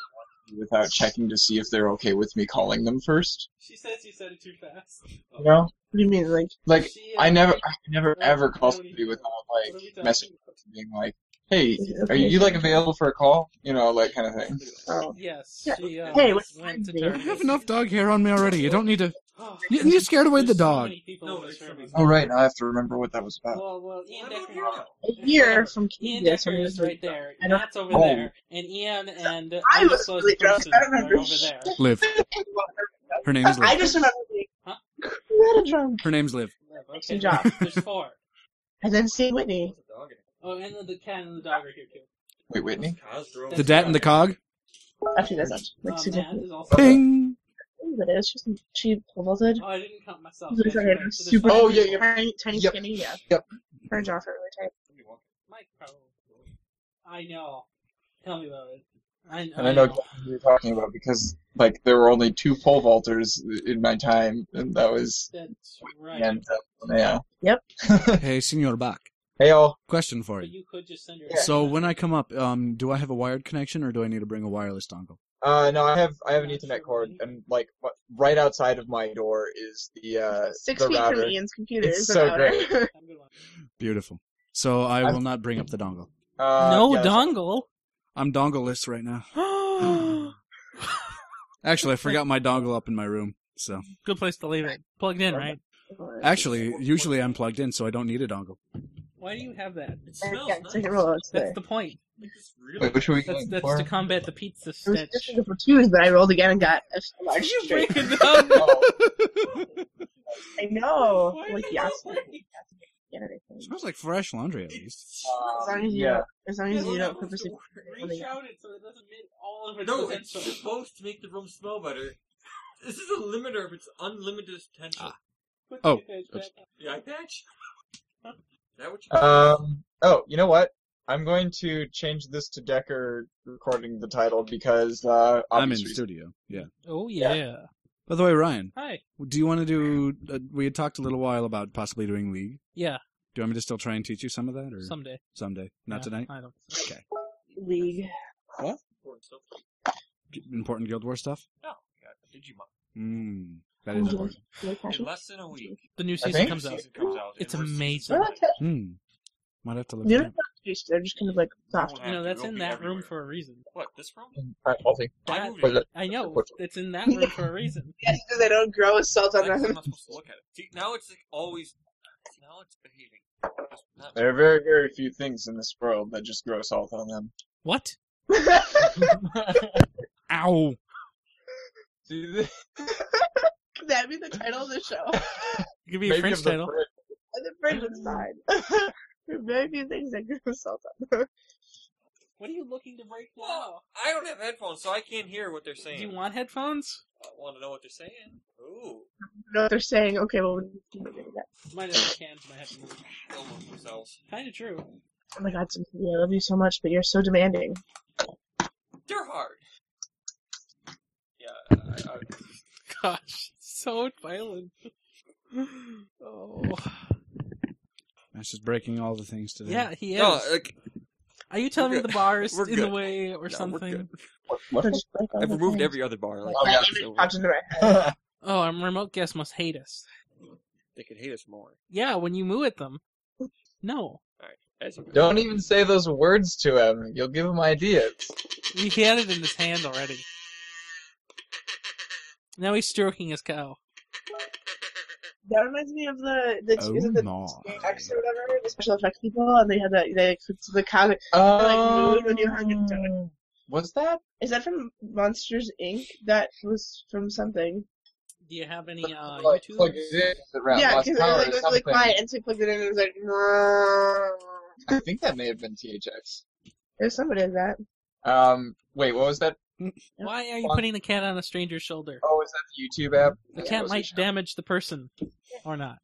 [SPEAKER 5] without checking to see if they're okay with me calling them first,
[SPEAKER 2] she says you said it too fast.
[SPEAKER 5] you know?
[SPEAKER 4] What do you mean? Like,
[SPEAKER 5] Like,
[SPEAKER 2] She, uh,
[SPEAKER 5] I never, I never
[SPEAKER 2] What
[SPEAKER 5] ever
[SPEAKER 2] have we
[SPEAKER 5] call
[SPEAKER 2] done?
[SPEAKER 5] somebody without
[SPEAKER 2] What have we
[SPEAKER 5] like
[SPEAKER 2] done?
[SPEAKER 5] message being like, "Hey, are
[SPEAKER 4] okay.
[SPEAKER 5] you like available for a call?" You know, like kind of thing.
[SPEAKER 4] Oh.
[SPEAKER 2] Yes,
[SPEAKER 4] Yeah.
[SPEAKER 2] she uh,
[SPEAKER 4] Hey, what
[SPEAKER 2] went to
[SPEAKER 4] time is it?
[SPEAKER 7] I
[SPEAKER 2] Target.
[SPEAKER 7] have enough dog hair on me already. You don't need to.
[SPEAKER 2] Oh,
[SPEAKER 7] You, you scared away
[SPEAKER 2] there's
[SPEAKER 7] the
[SPEAKER 2] so
[SPEAKER 7] dog.
[SPEAKER 2] many people
[SPEAKER 1] No,
[SPEAKER 2] in this
[SPEAKER 1] there's
[SPEAKER 2] room.
[SPEAKER 5] Oh right, I have to remember what that was about.
[SPEAKER 2] Well, well, Ian
[SPEAKER 1] Why don't
[SPEAKER 2] Decker-
[SPEAKER 1] you know?
[SPEAKER 4] A year from
[SPEAKER 2] Ian
[SPEAKER 4] yeah,
[SPEAKER 2] Decker
[SPEAKER 4] somebody
[SPEAKER 2] is
[SPEAKER 4] did that.
[SPEAKER 2] right there.
[SPEAKER 4] I don't-
[SPEAKER 2] Matt's over
[SPEAKER 5] Oh.
[SPEAKER 2] there, and Ian and
[SPEAKER 4] I was
[SPEAKER 2] undisclosed
[SPEAKER 4] really drunk.
[SPEAKER 2] person
[SPEAKER 4] I remember
[SPEAKER 2] are over there.
[SPEAKER 7] Liv. Her name is
[SPEAKER 4] (laughs) I
[SPEAKER 7] Liv.
[SPEAKER 4] just remember being
[SPEAKER 2] Huh?
[SPEAKER 4] kind of drunk.
[SPEAKER 7] Her name's Liv.
[SPEAKER 2] Okay,
[SPEAKER 4] Good job.
[SPEAKER 2] (laughs) there's four.
[SPEAKER 4] And then seeing Whitney.
[SPEAKER 1] What's a dog in
[SPEAKER 2] Oh, and the cat and the dog are here too.
[SPEAKER 5] Wait,
[SPEAKER 1] it?
[SPEAKER 5] Whitney.
[SPEAKER 1] Cows drove
[SPEAKER 7] The dat and the cog.
[SPEAKER 4] Actually, that's not
[SPEAKER 2] Uh,
[SPEAKER 4] like
[SPEAKER 2] Matt
[SPEAKER 4] significant.
[SPEAKER 2] is also.
[SPEAKER 7] Ping.
[SPEAKER 4] But it was just she pole vaulted.
[SPEAKER 2] Oh, I didn't count myself.
[SPEAKER 4] Sorry,
[SPEAKER 2] That's
[SPEAKER 4] it
[SPEAKER 2] right.
[SPEAKER 4] was
[SPEAKER 2] So there's
[SPEAKER 4] super
[SPEAKER 2] five
[SPEAKER 5] Oh, yeah,
[SPEAKER 2] people.
[SPEAKER 4] tiny, tiny
[SPEAKER 5] Yep.
[SPEAKER 4] skinny, yeah.
[SPEAKER 5] Yep.
[SPEAKER 4] Her jaw for really tight.
[SPEAKER 2] Mike, probably. I know. Tell me about it. I,
[SPEAKER 5] And I know exactly who you're talking about because like there were only two pole vaulters in my time, and that was
[SPEAKER 2] That's right.
[SPEAKER 5] and uh, yeah.
[SPEAKER 7] Hey, Senor Bach.
[SPEAKER 5] Hey, all.
[SPEAKER 7] Question for
[SPEAKER 2] But
[SPEAKER 7] you.
[SPEAKER 2] you could just send her.
[SPEAKER 7] So when I come up, um, do I have a wired connection or do I need to bring a wireless dongle?
[SPEAKER 5] Uh, no, I have I have an Ethernet cord, and like what- right outside of my door is the uh
[SPEAKER 4] Six
[SPEAKER 5] the
[SPEAKER 4] feet
[SPEAKER 5] router.
[SPEAKER 4] from Ian's computer
[SPEAKER 5] It's
[SPEAKER 4] is the
[SPEAKER 5] so
[SPEAKER 4] router. (laughs)
[SPEAKER 2] I'm good one.
[SPEAKER 7] Beautiful. So I
[SPEAKER 5] I'm-
[SPEAKER 7] will not bring up the dongle.
[SPEAKER 5] Uh,
[SPEAKER 2] no
[SPEAKER 5] yeah,
[SPEAKER 2] dongle.
[SPEAKER 7] I'm dongleless right now.
[SPEAKER 5] (gasps)
[SPEAKER 7] Actually, I forgot my dongle up in my room. So
[SPEAKER 2] good place to leave it. Plugged in, right?
[SPEAKER 7] actually, usually I'm plugged in, so I don't need a dongle.
[SPEAKER 2] Why do you have that?
[SPEAKER 7] It
[SPEAKER 4] I
[SPEAKER 7] smells
[SPEAKER 4] got
[SPEAKER 7] nice.
[SPEAKER 4] second roll. It's
[SPEAKER 2] That's
[SPEAKER 4] there.
[SPEAKER 2] the point.
[SPEAKER 7] Like this really
[SPEAKER 5] Wait, which are we
[SPEAKER 2] That's
[SPEAKER 5] going
[SPEAKER 2] that's
[SPEAKER 5] for?
[SPEAKER 2] to combat the pizza
[SPEAKER 4] It was
[SPEAKER 2] stench.
[SPEAKER 4] just for two, but I rolled again and got a large
[SPEAKER 2] You
[SPEAKER 4] straight.
[SPEAKER 2] break it up.
[SPEAKER 5] (laughs) Oh,
[SPEAKER 4] I know.
[SPEAKER 7] Why
[SPEAKER 4] Like
[SPEAKER 7] did
[SPEAKER 4] yes.
[SPEAKER 7] you
[SPEAKER 4] Get everything.
[SPEAKER 6] smells like fresh laundry at least.
[SPEAKER 7] It's-
[SPEAKER 4] (laughs) As
[SPEAKER 5] um,
[SPEAKER 4] long as you
[SPEAKER 5] yeah.
[SPEAKER 4] don't, as long
[SPEAKER 7] Yeah,
[SPEAKER 4] as Uh, you
[SPEAKER 7] we're
[SPEAKER 4] don't
[SPEAKER 7] supposed
[SPEAKER 4] purposely.
[SPEAKER 7] to reach out it so it doesn't emit all of its
[SPEAKER 2] No,
[SPEAKER 7] no,
[SPEAKER 2] it's-
[SPEAKER 7] potential.
[SPEAKER 1] supposed to make the room smell better. (laughs) This is a limiter of its unlimited potential.
[SPEAKER 7] Put
[SPEAKER 2] Oh,
[SPEAKER 7] the patch
[SPEAKER 2] oops. Uh,
[SPEAKER 7] back
[SPEAKER 1] The eye (laughs) patch? is that what you
[SPEAKER 5] Um. Oh, you know what? I'm going to change this to Decker recording the title because uh,
[SPEAKER 6] I'm in
[SPEAKER 5] obvious
[SPEAKER 6] the studio. Yeah.
[SPEAKER 2] Oh yeah.
[SPEAKER 6] By the way, Ryan,
[SPEAKER 2] Hi.
[SPEAKER 6] do you want to do? Uh, we had talked a little while about possibly doing league.
[SPEAKER 2] Yeah.
[SPEAKER 6] Do you want me to still try and teach you some of that, or
[SPEAKER 2] Someday.
[SPEAKER 6] someday? Not
[SPEAKER 2] Yeah,
[SPEAKER 6] tonight.
[SPEAKER 2] I don't.
[SPEAKER 6] Okay.
[SPEAKER 4] League.
[SPEAKER 1] were so
[SPEAKER 6] G- Important Guild War stuff.
[SPEAKER 1] got Digimon.
[SPEAKER 6] Mm, that is
[SPEAKER 4] League.
[SPEAKER 6] important.
[SPEAKER 4] League
[SPEAKER 1] In
[SPEAKER 4] passion.
[SPEAKER 1] less than a week,
[SPEAKER 2] The new season
[SPEAKER 5] think-
[SPEAKER 2] comes
[SPEAKER 1] the
[SPEAKER 2] out.
[SPEAKER 1] season comes out.
[SPEAKER 2] It's
[SPEAKER 1] and we're
[SPEAKER 2] amazing.
[SPEAKER 4] They're
[SPEAKER 1] season
[SPEAKER 4] not
[SPEAKER 1] nine.
[SPEAKER 4] touched.
[SPEAKER 6] Hmm. Might have to look.
[SPEAKER 4] They're
[SPEAKER 6] it
[SPEAKER 4] not
[SPEAKER 6] up.
[SPEAKER 4] touched. They're just kind of like soft.
[SPEAKER 2] You know, that's
[SPEAKER 1] It'll
[SPEAKER 2] in
[SPEAKER 1] be
[SPEAKER 2] that room
[SPEAKER 1] everywhere.
[SPEAKER 2] for a reason.
[SPEAKER 1] What, this room?
[SPEAKER 5] Alright, I'll take-
[SPEAKER 2] (laughs)
[SPEAKER 1] I
[SPEAKER 2] That-
[SPEAKER 1] moved it.
[SPEAKER 2] I know it's in that room for a reason.
[SPEAKER 4] Yes, because they don't grow with salt on
[SPEAKER 1] I'm (laughs)
[SPEAKER 2] (laughs)
[SPEAKER 4] them. (laughs)
[SPEAKER 1] not supposed to look at it. See, now it's like always. Now it's behaving. Just not-
[SPEAKER 5] There are very, very few things in this world that just grow salt on them.
[SPEAKER 2] What?
[SPEAKER 4] that
[SPEAKER 2] Ow!
[SPEAKER 5] See, this
[SPEAKER 4] be the title of the show.
[SPEAKER 2] It could be a French title.
[SPEAKER 4] And the bird was fine. (laughs) there are very few things that grow with salt on them.
[SPEAKER 2] What are you looking to break now?
[SPEAKER 1] Well, I don't have headphones, so I can't hear what they're saying.
[SPEAKER 2] Do you want headphones?
[SPEAKER 1] I want to know what they're saying. Ooh,
[SPEAKER 4] No, they're saying, okay, well, we can get rid of that.
[SPEAKER 2] Might have cans. Might have.
[SPEAKER 1] they'll themselves.
[SPEAKER 2] Kind of true.
[SPEAKER 4] Oh my god, Cynthia, I love you so much, but you're so demanding.
[SPEAKER 1] They're hard. Yeah, I, I,
[SPEAKER 2] Gosh, so (laughs) violent. Oh.
[SPEAKER 6] That's just breaking all the things today.
[SPEAKER 2] Yeah, he is.
[SPEAKER 1] no, like,
[SPEAKER 2] Are you telling
[SPEAKER 1] we're
[SPEAKER 2] me the bar is
[SPEAKER 1] We're
[SPEAKER 2] in the
[SPEAKER 1] good.
[SPEAKER 2] way or
[SPEAKER 1] No, we're
[SPEAKER 2] something?
[SPEAKER 1] good.
[SPEAKER 4] So just break all
[SPEAKER 1] I've
[SPEAKER 4] the
[SPEAKER 1] removed
[SPEAKER 4] things.
[SPEAKER 1] every other bar. Like,
[SPEAKER 4] Like, that
[SPEAKER 1] it's
[SPEAKER 4] image
[SPEAKER 1] over.
[SPEAKER 4] popped into my head.
[SPEAKER 2] Oh, our remote guest must hate us.
[SPEAKER 1] they could hate us more.
[SPEAKER 2] Yeah, when you moo at them. No,
[SPEAKER 1] As you
[SPEAKER 5] Don't even say those words to him. You'll give him ideas.
[SPEAKER 2] he had it in his hand already. Now he's stroking his cow.
[SPEAKER 4] That reminds me of the the,
[SPEAKER 6] Oh
[SPEAKER 4] is it the
[SPEAKER 6] my.
[SPEAKER 4] X or whatever, the special effects people, and they had that they like, flipped the cow.
[SPEAKER 5] Oh,
[SPEAKER 4] mood when you hung him down.
[SPEAKER 5] Was that?
[SPEAKER 4] Is that from Monsters Inc? That was from something.
[SPEAKER 2] Do you have any uh,
[SPEAKER 5] like,
[SPEAKER 2] YouTube?
[SPEAKER 5] plugged it in around
[SPEAKER 4] yeah,
[SPEAKER 5] lost
[SPEAKER 4] because it
[SPEAKER 5] power or
[SPEAKER 4] was like, it was really
[SPEAKER 5] something.
[SPEAKER 4] quiet, and so he plugged it in, and it was like, no.
[SPEAKER 5] I think that may have been THX.
[SPEAKER 4] There's somebody like that.
[SPEAKER 5] Um, wait, what was that?
[SPEAKER 2] Why are you putting the cat on a stranger's shoulder?
[SPEAKER 5] Oh, was that the YouTube app?
[SPEAKER 2] The
[SPEAKER 5] Yeah,
[SPEAKER 2] cat
[SPEAKER 5] was
[SPEAKER 2] might
[SPEAKER 5] it-
[SPEAKER 2] damage the person, or not.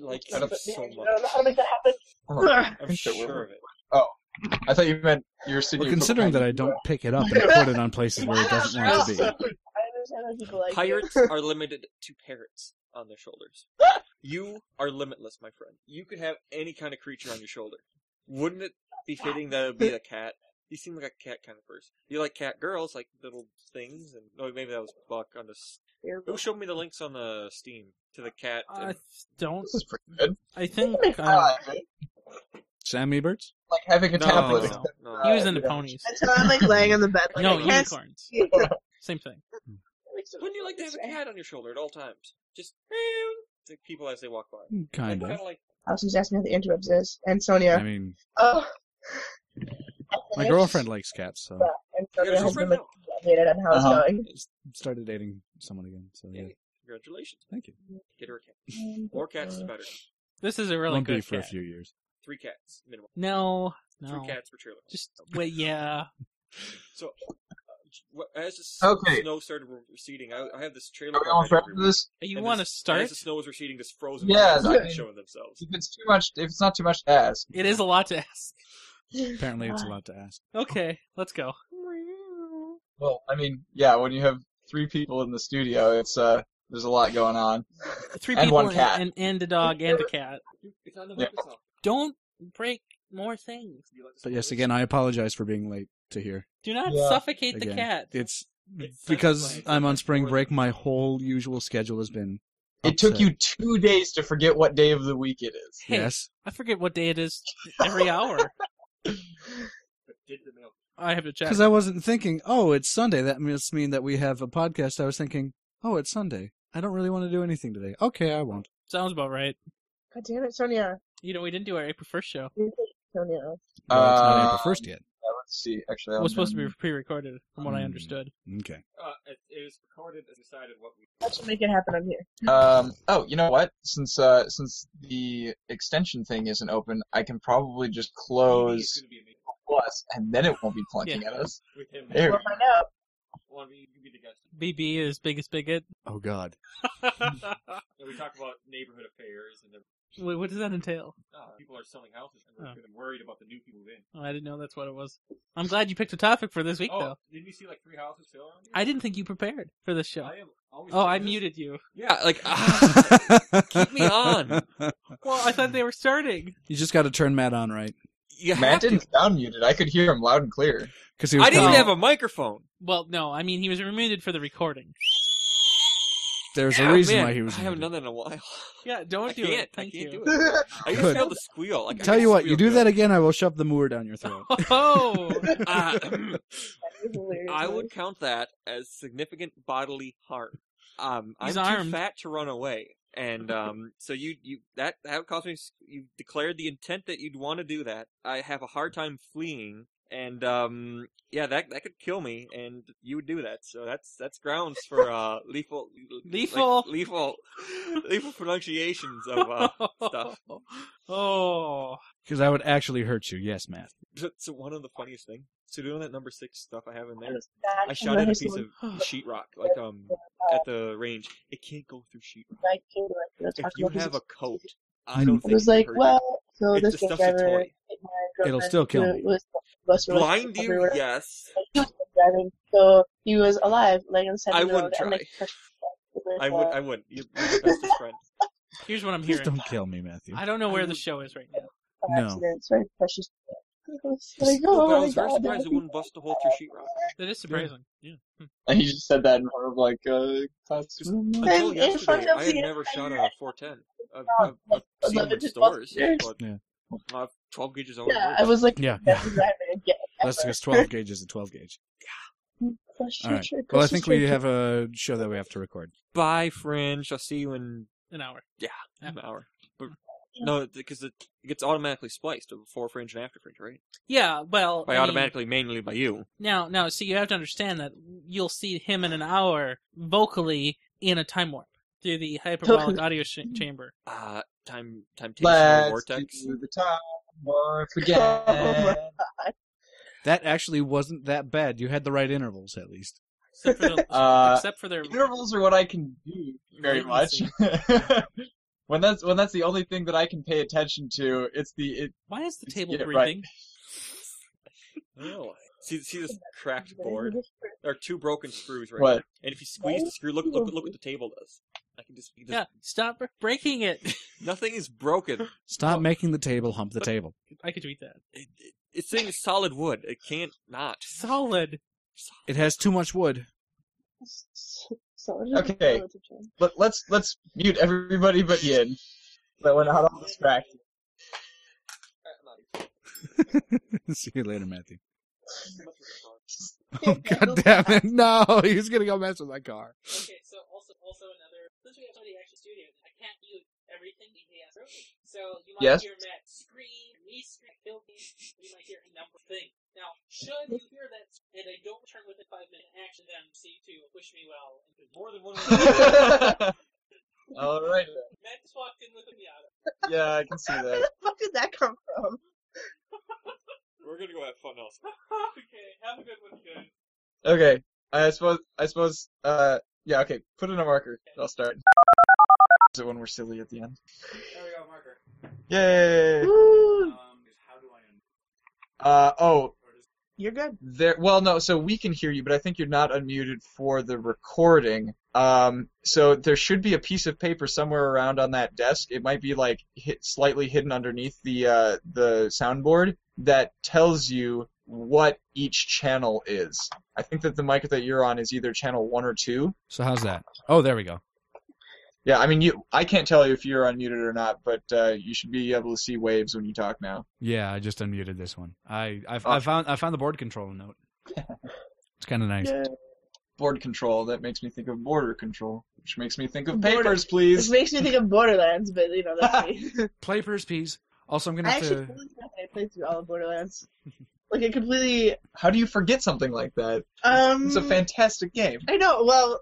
[SPEAKER 1] like
[SPEAKER 5] I don't-
[SPEAKER 1] so
[SPEAKER 4] I don't
[SPEAKER 1] much.
[SPEAKER 4] know how to make that happen. (laughs)
[SPEAKER 5] Hold
[SPEAKER 1] I'm
[SPEAKER 5] think that
[SPEAKER 1] sure
[SPEAKER 5] we're-
[SPEAKER 1] of it.
[SPEAKER 5] I thought you meant your city.
[SPEAKER 6] Well, considering that I don't pick it up and put it on places where it doesn't want
[SPEAKER 4] (laughs)
[SPEAKER 6] to
[SPEAKER 4] I
[SPEAKER 6] be.
[SPEAKER 4] understand why people like it.
[SPEAKER 1] Pirates are limited to parrots on their shoulders. You are limitless, my friend. You could have any kind of creature on your shoulder. Wouldn't it be fitting that it would be a cat? You seem like a cat kind of person. You like cat girls, like little things, and no, maybe that was Buck on the. s- Who showed me the links on the Steam to the cat?
[SPEAKER 2] I
[SPEAKER 1] and-
[SPEAKER 2] th- don't.
[SPEAKER 5] This is pretty good.
[SPEAKER 2] I think
[SPEAKER 5] I
[SPEAKER 2] uh,
[SPEAKER 5] like it.
[SPEAKER 6] Sam Eberts?
[SPEAKER 5] Like having a
[SPEAKER 1] no,
[SPEAKER 5] tablet.
[SPEAKER 1] no,
[SPEAKER 5] except-
[SPEAKER 1] no.
[SPEAKER 2] he was into ponies.
[SPEAKER 4] (laughs) Until I'm like laying on the bed, like
[SPEAKER 2] No
[SPEAKER 4] I can't
[SPEAKER 2] unicorns.
[SPEAKER 4] see.
[SPEAKER 2] Same thing.
[SPEAKER 1] Wouldn't you like to have a cat on your shoulder at all times? Just like people as they walk by.
[SPEAKER 6] Kind
[SPEAKER 1] Like,
[SPEAKER 6] of.
[SPEAKER 1] kinda like
[SPEAKER 4] Allison's asking how the interrupts is, and
[SPEAKER 6] I
[SPEAKER 4] Sonia.
[SPEAKER 6] mean,
[SPEAKER 4] Oh.
[SPEAKER 6] my girlfriend likes cats, so
[SPEAKER 4] (laughs) And
[SPEAKER 1] Your
[SPEAKER 4] Sonia has
[SPEAKER 1] girlfriend
[SPEAKER 4] been
[SPEAKER 1] now.
[SPEAKER 4] updated on how it's
[SPEAKER 5] Uh-huh.
[SPEAKER 4] going.
[SPEAKER 6] I just started dating someone again. So yeah,
[SPEAKER 1] Congratulations.
[SPEAKER 6] thank you.
[SPEAKER 1] Get her a cat. More cats is better.
[SPEAKER 2] This is a really
[SPEAKER 6] Won't be
[SPEAKER 2] good
[SPEAKER 6] for
[SPEAKER 2] cat.
[SPEAKER 6] a few years.
[SPEAKER 1] Three cats minimum.
[SPEAKER 2] No, no.
[SPEAKER 1] Three cats per trailer.
[SPEAKER 2] Just wait. Yeah.
[SPEAKER 1] So, uh, as the s-
[SPEAKER 5] Okay.
[SPEAKER 1] snow started re- receding, I, I have this trailer.
[SPEAKER 5] Are we
[SPEAKER 1] park
[SPEAKER 5] all
[SPEAKER 1] right
[SPEAKER 5] friends
[SPEAKER 1] over
[SPEAKER 5] with
[SPEAKER 1] here.
[SPEAKER 5] this?
[SPEAKER 2] You
[SPEAKER 1] And
[SPEAKER 2] want to
[SPEAKER 1] this-
[SPEAKER 2] start?
[SPEAKER 1] As the snow was receding, this frozen
[SPEAKER 5] Yeah,
[SPEAKER 1] clouds started
[SPEAKER 5] okay.
[SPEAKER 1] showing themselves.
[SPEAKER 5] If it's too much, if it's not too much to ask.
[SPEAKER 2] It is a lot to ask.
[SPEAKER 6] Apparently, it's a lot to ask.
[SPEAKER 2] Okay, let's go.
[SPEAKER 5] Well, I mean, yeah, when you have three people in the studio, it's uh, there's a lot
[SPEAKER 2] (laughs)
[SPEAKER 5] going on.
[SPEAKER 2] Three
[SPEAKER 5] And
[SPEAKER 2] people
[SPEAKER 5] one cat.
[SPEAKER 2] And, and a dog and a cat.
[SPEAKER 1] It's on the
[SPEAKER 5] Yeah.
[SPEAKER 1] microphone.
[SPEAKER 2] Don't break more things.
[SPEAKER 1] You like this
[SPEAKER 6] But yes,
[SPEAKER 1] one?
[SPEAKER 6] again, I apologize for being late to here.
[SPEAKER 2] Do not
[SPEAKER 5] Yeah.
[SPEAKER 2] suffocate the
[SPEAKER 6] Again.
[SPEAKER 2] cat.
[SPEAKER 6] It's
[SPEAKER 1] It's such a
[SPEAKER 6] because
[SPEAKER 1] blame.
[SPEAKER 6] I'm on spring break. My whole usual schedule has been.
[SPEAKER 5] It took
[SPEAKER 6] upset.
[SPEAKER 5] you two days to forget what day of the week it
[SPEAKER 2] (laughs)
[SPEAKER 5] is.
[SPEAKER 2] Hey,
[SPEAKER 6] Yes.
[SPEAKER 2] I forget what day it is every
[SPEAKER 6] (laughs)
[SPEAKER 2] hour.
[SPEAKER 1] But did the mail-
[SPEAKER 2] I have to check.
[SPEAKER 6] Because I wasn't thinking, oh, it's Sunday. That must mean that we have a podcast. I was thinking, oh, it's Sunday. I don't really want to do anything today. Okay, I won't.
[SPEAKER 2] Sounds about right.
[SPEAKER 4] God damn it, Sonia.
[SPEAKER 2] You know, we didn't do our April first show.
[SPEAKER 4] Toenails.
[SPEAKER 6] Well, it's not
[SPEAKER 5] Uh,
[SPEAKER 6] April first yet.
[SPEAKER 5] Yeah, let's see. Actually,
[SPEAKER 2] It
[SPEAKER 5] I'm
[SPEAKER 2] was supposed to be pre-recorded, from what I
[SPEAKER 6] Hmm.
[SPEAKER 2] understood.
[SPEAKER 6] Okay.
[SPEAKER 1] Uh, it, it was recorded and decided what we.
[SPEAKER 4] That should make it happen on here.
[SPEAKER 2] (laughs)
[SPEAKER 5] Um, oh, you know what? Since uh, since the extension thing isn't open, I can probably just
[SPEAKER 1] It's
[SPEAKER 2] (laughs)
[SPEAKER 5] close
[SPEAKER 1] gonna be amazing
[SPEAKER 5] plus, and then it won't be plunking at us.
[SPEAKER 1] with him.
[SPEAKER 5] There.
[SPEAKER 4] We'll find out.
[SPEAKER 1] One of you can be the guest.
[SPEAKER 2] BB is biggest bigot.
[SPEAKER 6] Oh God.
[SPEAKER 1] And we talk about neighborhood affairs and the,
[SPEAKER 2] Wait, what does that entail?
[SPEAKER 1] uh, people are selling houses and we're
[SPEAKER 2] Oh.
[SPEAKER 1] gonna be worried about the new people moving in.
[SPEAKER 2] Oh, I didn't know that's what it was. I'm glad you picked a topic for this week,
[SPEAKER 1] Oh,
[SPEAKER 2] though.
[SPEAKER 1] didn't you see like three houses sale around here?
[SPEAKER 2] I didn't think you prepared for this show.
[SPEAKER 1] I am always
[SPEAKER 2] Oh, I
[SPEAKER 1] doing this.
[SPEAKER 2] muted you.
[SPEAKER 1] Yeah, like
[SPEAKER 6] Keep
[SPEAKER 1] me on.
[SPEAKER 6] (laughs)
[SPEAKER 2] Well, I thought they were starting.
[SPEAKER 6] You just got to turn Matt on right
[SPEAKER 1] you
[SPEAKER 5] Matt
[SPEAKER 1] have to.
[SPEAKER 5] didn't sound muted. I could hear him loud
[SPEAKER 2] (laughs)
[SPEAKER 5] and clear.
[SPEAKER 6] because he was
[SPEAKER 1] I didn't
[SPEAKER 6] coming-
[SPEAKER 1] have a microphone.
[SPEAKER 2] Well, no, I mean he was muted for the recording.
[SPEAKER 6] There's
[SPEAKER 1] Yeah,
[SPEAKER 6] a reason
[SPEAKER 1] Oh, man,
[SPEAKER 6] why he was.
[SPEAKER 1] I haven't
[SPEAKER 6] muted.
[SPEAKER 1] done that in a while. (laughs)
[SPEAKER 2] Yeah, don't
[SPEAKER 1] I
[SPEAKER 2] do
[SPEAKER 1] can't.
[SPEAKER 2] it. Thank
[SPEAKER 1] I can't
[SPEAKER 2] you. (laughs)
[SPEAKER 1] do it. (laughs) I used to
[SPEAKER 6] Good.
[SPEAKER 1] be able to squeal. Like, I
[SPEAKER 6] Tell
[SPEAKER 1] can
[SPEAKER 6] you what, you
[SPEAKER 1] squeal
[SPEAKER 6] do
[SPEAKER 1] good.
[SPEAKER 6] that again, I will shove the
[SPEAKER 1] (laughs)
[SPEAKER 6] moor down your throat.
[SPEAKER 2] Oh,
[SPEAKER 6] (laughs)
[SPEAKER 1] Uh, (clears throat)
[SPEAKER 4] That is hilarious.
[SPEAKER 1] I would count that as significant bodily harm. Um,
[SPEAKER 2] He's
[SPEAKER 1] I'm
[SPEAKER 2] armed.
[SPEAKER 1] too fat to run away, and um, so you you that that would cause me. s- You declared the intent that you'd want to do that. I have a hard time fleeing, and um, yeah, that that could kill me, and you would do that. So that's that's grounds for uh, lethal
[SPEAKER 2] Lethal.
[SPEAKER 1] like, lethal lethal pronunciations
[SPEAKER 2] (laughs)
[SPEAKER 1] of uh, (laughs) stuff.
[SPEAKER 2] Oh,
[SPEAKER 6] Because I would actually hurt you. Yes, Matt.
[SPEAKER 1] So, so one of the funniest thing. So doing that number six stuff I have in there,
[SPEAKER 4] That
[SPEAKER 1] I
[SPEAKER 4] is
[SPEAKER 1] shot at a
[SPEAKER 4] nice
[SPEAKER 1] piece
[SPEAKER 4] one.
[SPEAKER 1] of
[SPEAKER 4] (sighs)
[SPEAKER 1] sheetrock, like um at the range. It can't go through sheetrock.
[SPEAKER 4] I came to it. Let's
[SPEAKER 1] If
[SPEAKER 4] talk
[SPEAKER 1] you
[SPEAKER 4] about this.
[SPEAKER 1] have a coat, I
[SPEAKER 4] I
[SPEAKER 1] don't think
[SPEAKER 4] was
[SPEAKER 1] it can
[SPEAKER 4] like,
[SPEAKER 1] hurt you.
[SPEAKER 4] well, so
[SPEAKER 1] It's
[SPEAKER 4] this
[SPEAKER 1] the
[SPEAKER 4] bus
[SPEAKER 1] stuff's a
[SPEAKER 4] driver,
[SPEAKER 1] toy.
[SPEAKER 4] my
[SPEAKER 6] It'll
[SPEAKER 4] girlfriend,
[SPEAKER 6] still kill
[SPEAKER 4] who
[SPEAKER 6] me.
[SPEAKER 4] was the bus was
[SPEAKER 1] blind
[SPEAKER 4] or
[SPEAKER 1] you,
[SPEAKER 4] whatever.
[SPEAKER 1] yes.
[SPEAKER 4] Like, he was driving, so he was alive, like on the side
[SPEAKER 1] I
[SPEAKER 4] of the road,
[SPEAKER 1] wouldn't
[SPEAKER 4] and like
[SPEAKER 1] try.
[SPEAKER 4] crushed the bus
[SPEAKER 1] I
[SPEAKER 4] with uh,
[SPEAKER 1] would.
[SPEAKER 4] a-
[SPEAKER 1] I wouldn't. You're my bestest
[SPEAKER 4] (laughs)
[SPEAKER 1] friend.
[SPEAKER 2] here's what I'm
[SPEAKER 6] Please
[SPEAKER 2] hearing.
[SPEAKER 6] don't kill me, Matthew.
[SPEAKER 2] I don't know where the show is right now.
[SPEAKER 4] an
[SPEAKER 6] No.
[SPEAKER 4] accident. It's very precious. I was
[SPEAKER 6] Just-
[SPEAKER 4] like,
[SPEAKER 1] No,
[SPEAKER 4] oh,
[SPEAKER 1] but I
[SPEAKER 4] my
[SPEAKER 1] was very
[SPEAKER 4] God, that
[SPEAKER 1] surprised it
[SPEAKER 4] would be
[SPEAKER 1] wouldn't bust a hole through sheetrock.
[SPEAKER 2] That is surprising. Yeah. Hmm.
[SPEAKER 5] And he just said that in front of like a classroom.
[SPEAKER 4] And
[SPEAKER 1] Until
[SPEAKER 4] in front
[SPEAKER 1] yesterday,
[SPEAKER 4] of
[SPEAKER 1] I had
[SPEAKER 4] the
[SPEAKER 1] never shot
[SPEAKER 4] entire-
[SPEAKER 1] a
[SPEAKER 4] (laughs)
[SPEAKER 1] 410. I've, I've, I've seen them in
[SPEAKER 4] Unlimited
[SPEAKER 1] uh, stores,
[SPEAKER 4] buster.
[SPEAKER 1] but
[SPEAKER 6] Yeah.
[SPEAKER 1] uh, 12 gauges always
[SPEAKER 4] Yeah,
[SPEAKER 1] works.
[SPEAKER 4] I was like,
[SPEAKER 6] Yeah,
[SPEAKER 4] that
[SPEAKER 6] yeah.
[SPEAKER 4] was driving
[SPEAKER 1] (laughs)
[SPEAKER 4] again.
[SPEAKER 6] Let's
[SPEAKER 4] ever. (laughs)
[SPEAKER 6] because 12 gauge is a 12 gauge.
[SPEAKER 4] Crushed
[SPEAKER 6] All
[SPEAKER 4] your
[SPEAKER 6] right.
[SPEAKER 4] trip,
[SPEAKER 6] Well, I
[SPEAKER 4] crushed
[SPEAKER 6] think
[SPEAKER 4] your
[SPEAKER 1] (laughs)
[SPEAKER 6] we
[SPEAKER 4] trip.
[SPEAKER 6] have a show that we have to record.
[SPEAKER 1] Bye, Fringe. I'll see you in
[SPEAKER 2] An hour.
[SPEAKER 1] an
[SPEAKER 4] Mm.
[SPEAKER 1] hour. But no, because it, it gets automatically spliced before Fringe and after Fringe, right?
[SPEAKER 2] Yeah. Well,
[SPEAKER 1] By
[SPEAKER 2] I mean,
[SPEAKER 1] automatically, mainly by you.
[SPEAKER 2] now, now, see, you have to understand that you'll see him in an hour vocally in a time warp through the hyperbolic audio sh- chamber.
[SPEAKER 1] Uh, time, time takes
[SPEAKER 5] Let's
[SPEAKER 1] vortex.
[SPEAKER 5] do the time warp again.
[SPEAKER 4] Oh
[SPEAKER 6] That actually wasn't that bad. You had the right intervals, at least.
[SPEAKER 2] Except for the,
[SPEAKER 5] (laughs) Uh,
[SPEAKER 2] except for their
[SPEAKER 5] Intervals are what I can do very much.
[SPEAKER 2] Latency.
[SPEAKER 5] (laughs) when that's when that's the only thing that I can pay attention to, it's the it,
[SPEAKER 2] Why is the
[SPEAKER 5] Let's
[SPEAKER 2] table
[SPEAKER 5] get it
[SPEAKER 2] breathing?
[SPEAKER 1] No. See, see
[SPEAKER 2] (laughs)
[SPEAKER 1] this cracked board? There are two broken screws right
[SPEAKER 5] What?
[SPEAKER 1] here. And if you squeeze the screw, look, look, look what the table does. I can just, just
[SPEAKER 2] Yeah, stop br- breaking it. (laughs)
[SPEAKER 1] nothing is broken.
[SPEAKER 6] Stop making the table hump the table.
[SPEAKER 2] I could tweet that.
[SPEAKER 1] It, it, it's saying it's solid wood. It can't not.
[SPEAKER 2] Solid.
[SPEAKER 6] It has too much wood.
[SPEAKER 4] (laughs)
[SPEAKER 6] (laughs)
[SPEAKER 4] So, I don't
[SPEAKER 5] Okay.
[SPEAKER 4] know what to do.
[SPEAKER 5] let, let's let's mute everybody but Yin, so that we're not all distracted. (laughs)
[SPEAKER 6] See you
[SPEAKER 1] (laughs)
[SPEAKER 6] later, Matthew.
[SPEAKER 4] Yeah,
[SPEAKER 6] Oh, (laughs) God damn it. No, (laughs) he's going to go mess with my car.
[SPEAKER 7] Okay, so also also another since we have somebody actually studio, I can't mute everything that he has broken. So you might
[SPEAKER 5] Yes.
[SPEAKER 7] hear Matt scream, me scream, kill me, you might hear a number of things. Now, should you hear that and I don't return within five minute action, then C two wish me well.
[SPEAKER 1] More than one.
[SPEAKER 5] (laughs) all right.
[SPEAKER 7] Matt just walked in with a Miata.
[SPEAKER 5] Yeah, I can see
[SPEAKER 4] Where
[SPEAKER 5] that.
[SPEAKER 4] the fuck did that come from?
[SPEAKER 1] We're gonna go have fun else.
[SPEAKER 7] okay, have a good one, guys.
[SPEAKER 5] Okay. I suppose I suppose uh yeah, okay. Put in a marker. I'll start. So when we're silly at the end.
[SPEAKER 7] There we go, marker.
[SPEAKER 5] Yay.
[SPEAKER 4] Woo,
[SPEAKER 7] Um, how do I un-
[SPEAKER 5] Uh oh,
[SPEAKER 4] You're good.
[SPEAKER 5] there well no, so we can hear you, but I think you're not unmuted for the recording. Um so there should be a piece of paper somewhere around on that desk. It might be like hit, slightly hidden underneath the uh the soundboard that tells you what each channel is. I think that the mic that you're on is either channel 1 or 2.
[SPEAKER 6] So, how's that? Oh, there we go.
[SPEAKER 5] Yeah, I mean, you. I can't tell you if you're unmuted or not, but uh, you should be able to see waves when you talk now.
[SPEAKER 6] Yeah, I just unmuted this one. I I,
[SPEAKER 5] Oh.
[SPEAKER 6] I found I found the board control note. It's kind of nice.
[SPEAKER 4] Yeah.
[SPEAKER 5] Board control. That makes me think of border control, which makes me think of
[SPEAKER 4] Border-
[SPEAKER 5] papers,
[SPEAKER 4] This
[SPEAKER 5] please.
[SPEAKER 4] (laughs) makes me think of Borderlands, but you know that's me.
[SPEAKER 6] Play first piece. Also, I'm gonna
[SPEAKER 4] I
[SPEAKER 6] have
[SPEAKER 4] actually
[SPEAKER 6] to.
[SPEAKER 4] totally forgot that I played through all of
[SPEAKER 6] (laughs)
[SPEAKER 4] Borderlands. like I completely
[SPEAKER 5] How do you forget something like that?
[SPEAKER 4] um
[SPEAKER 5] It's a fantastic game.
[SPEAKER 4] I know, well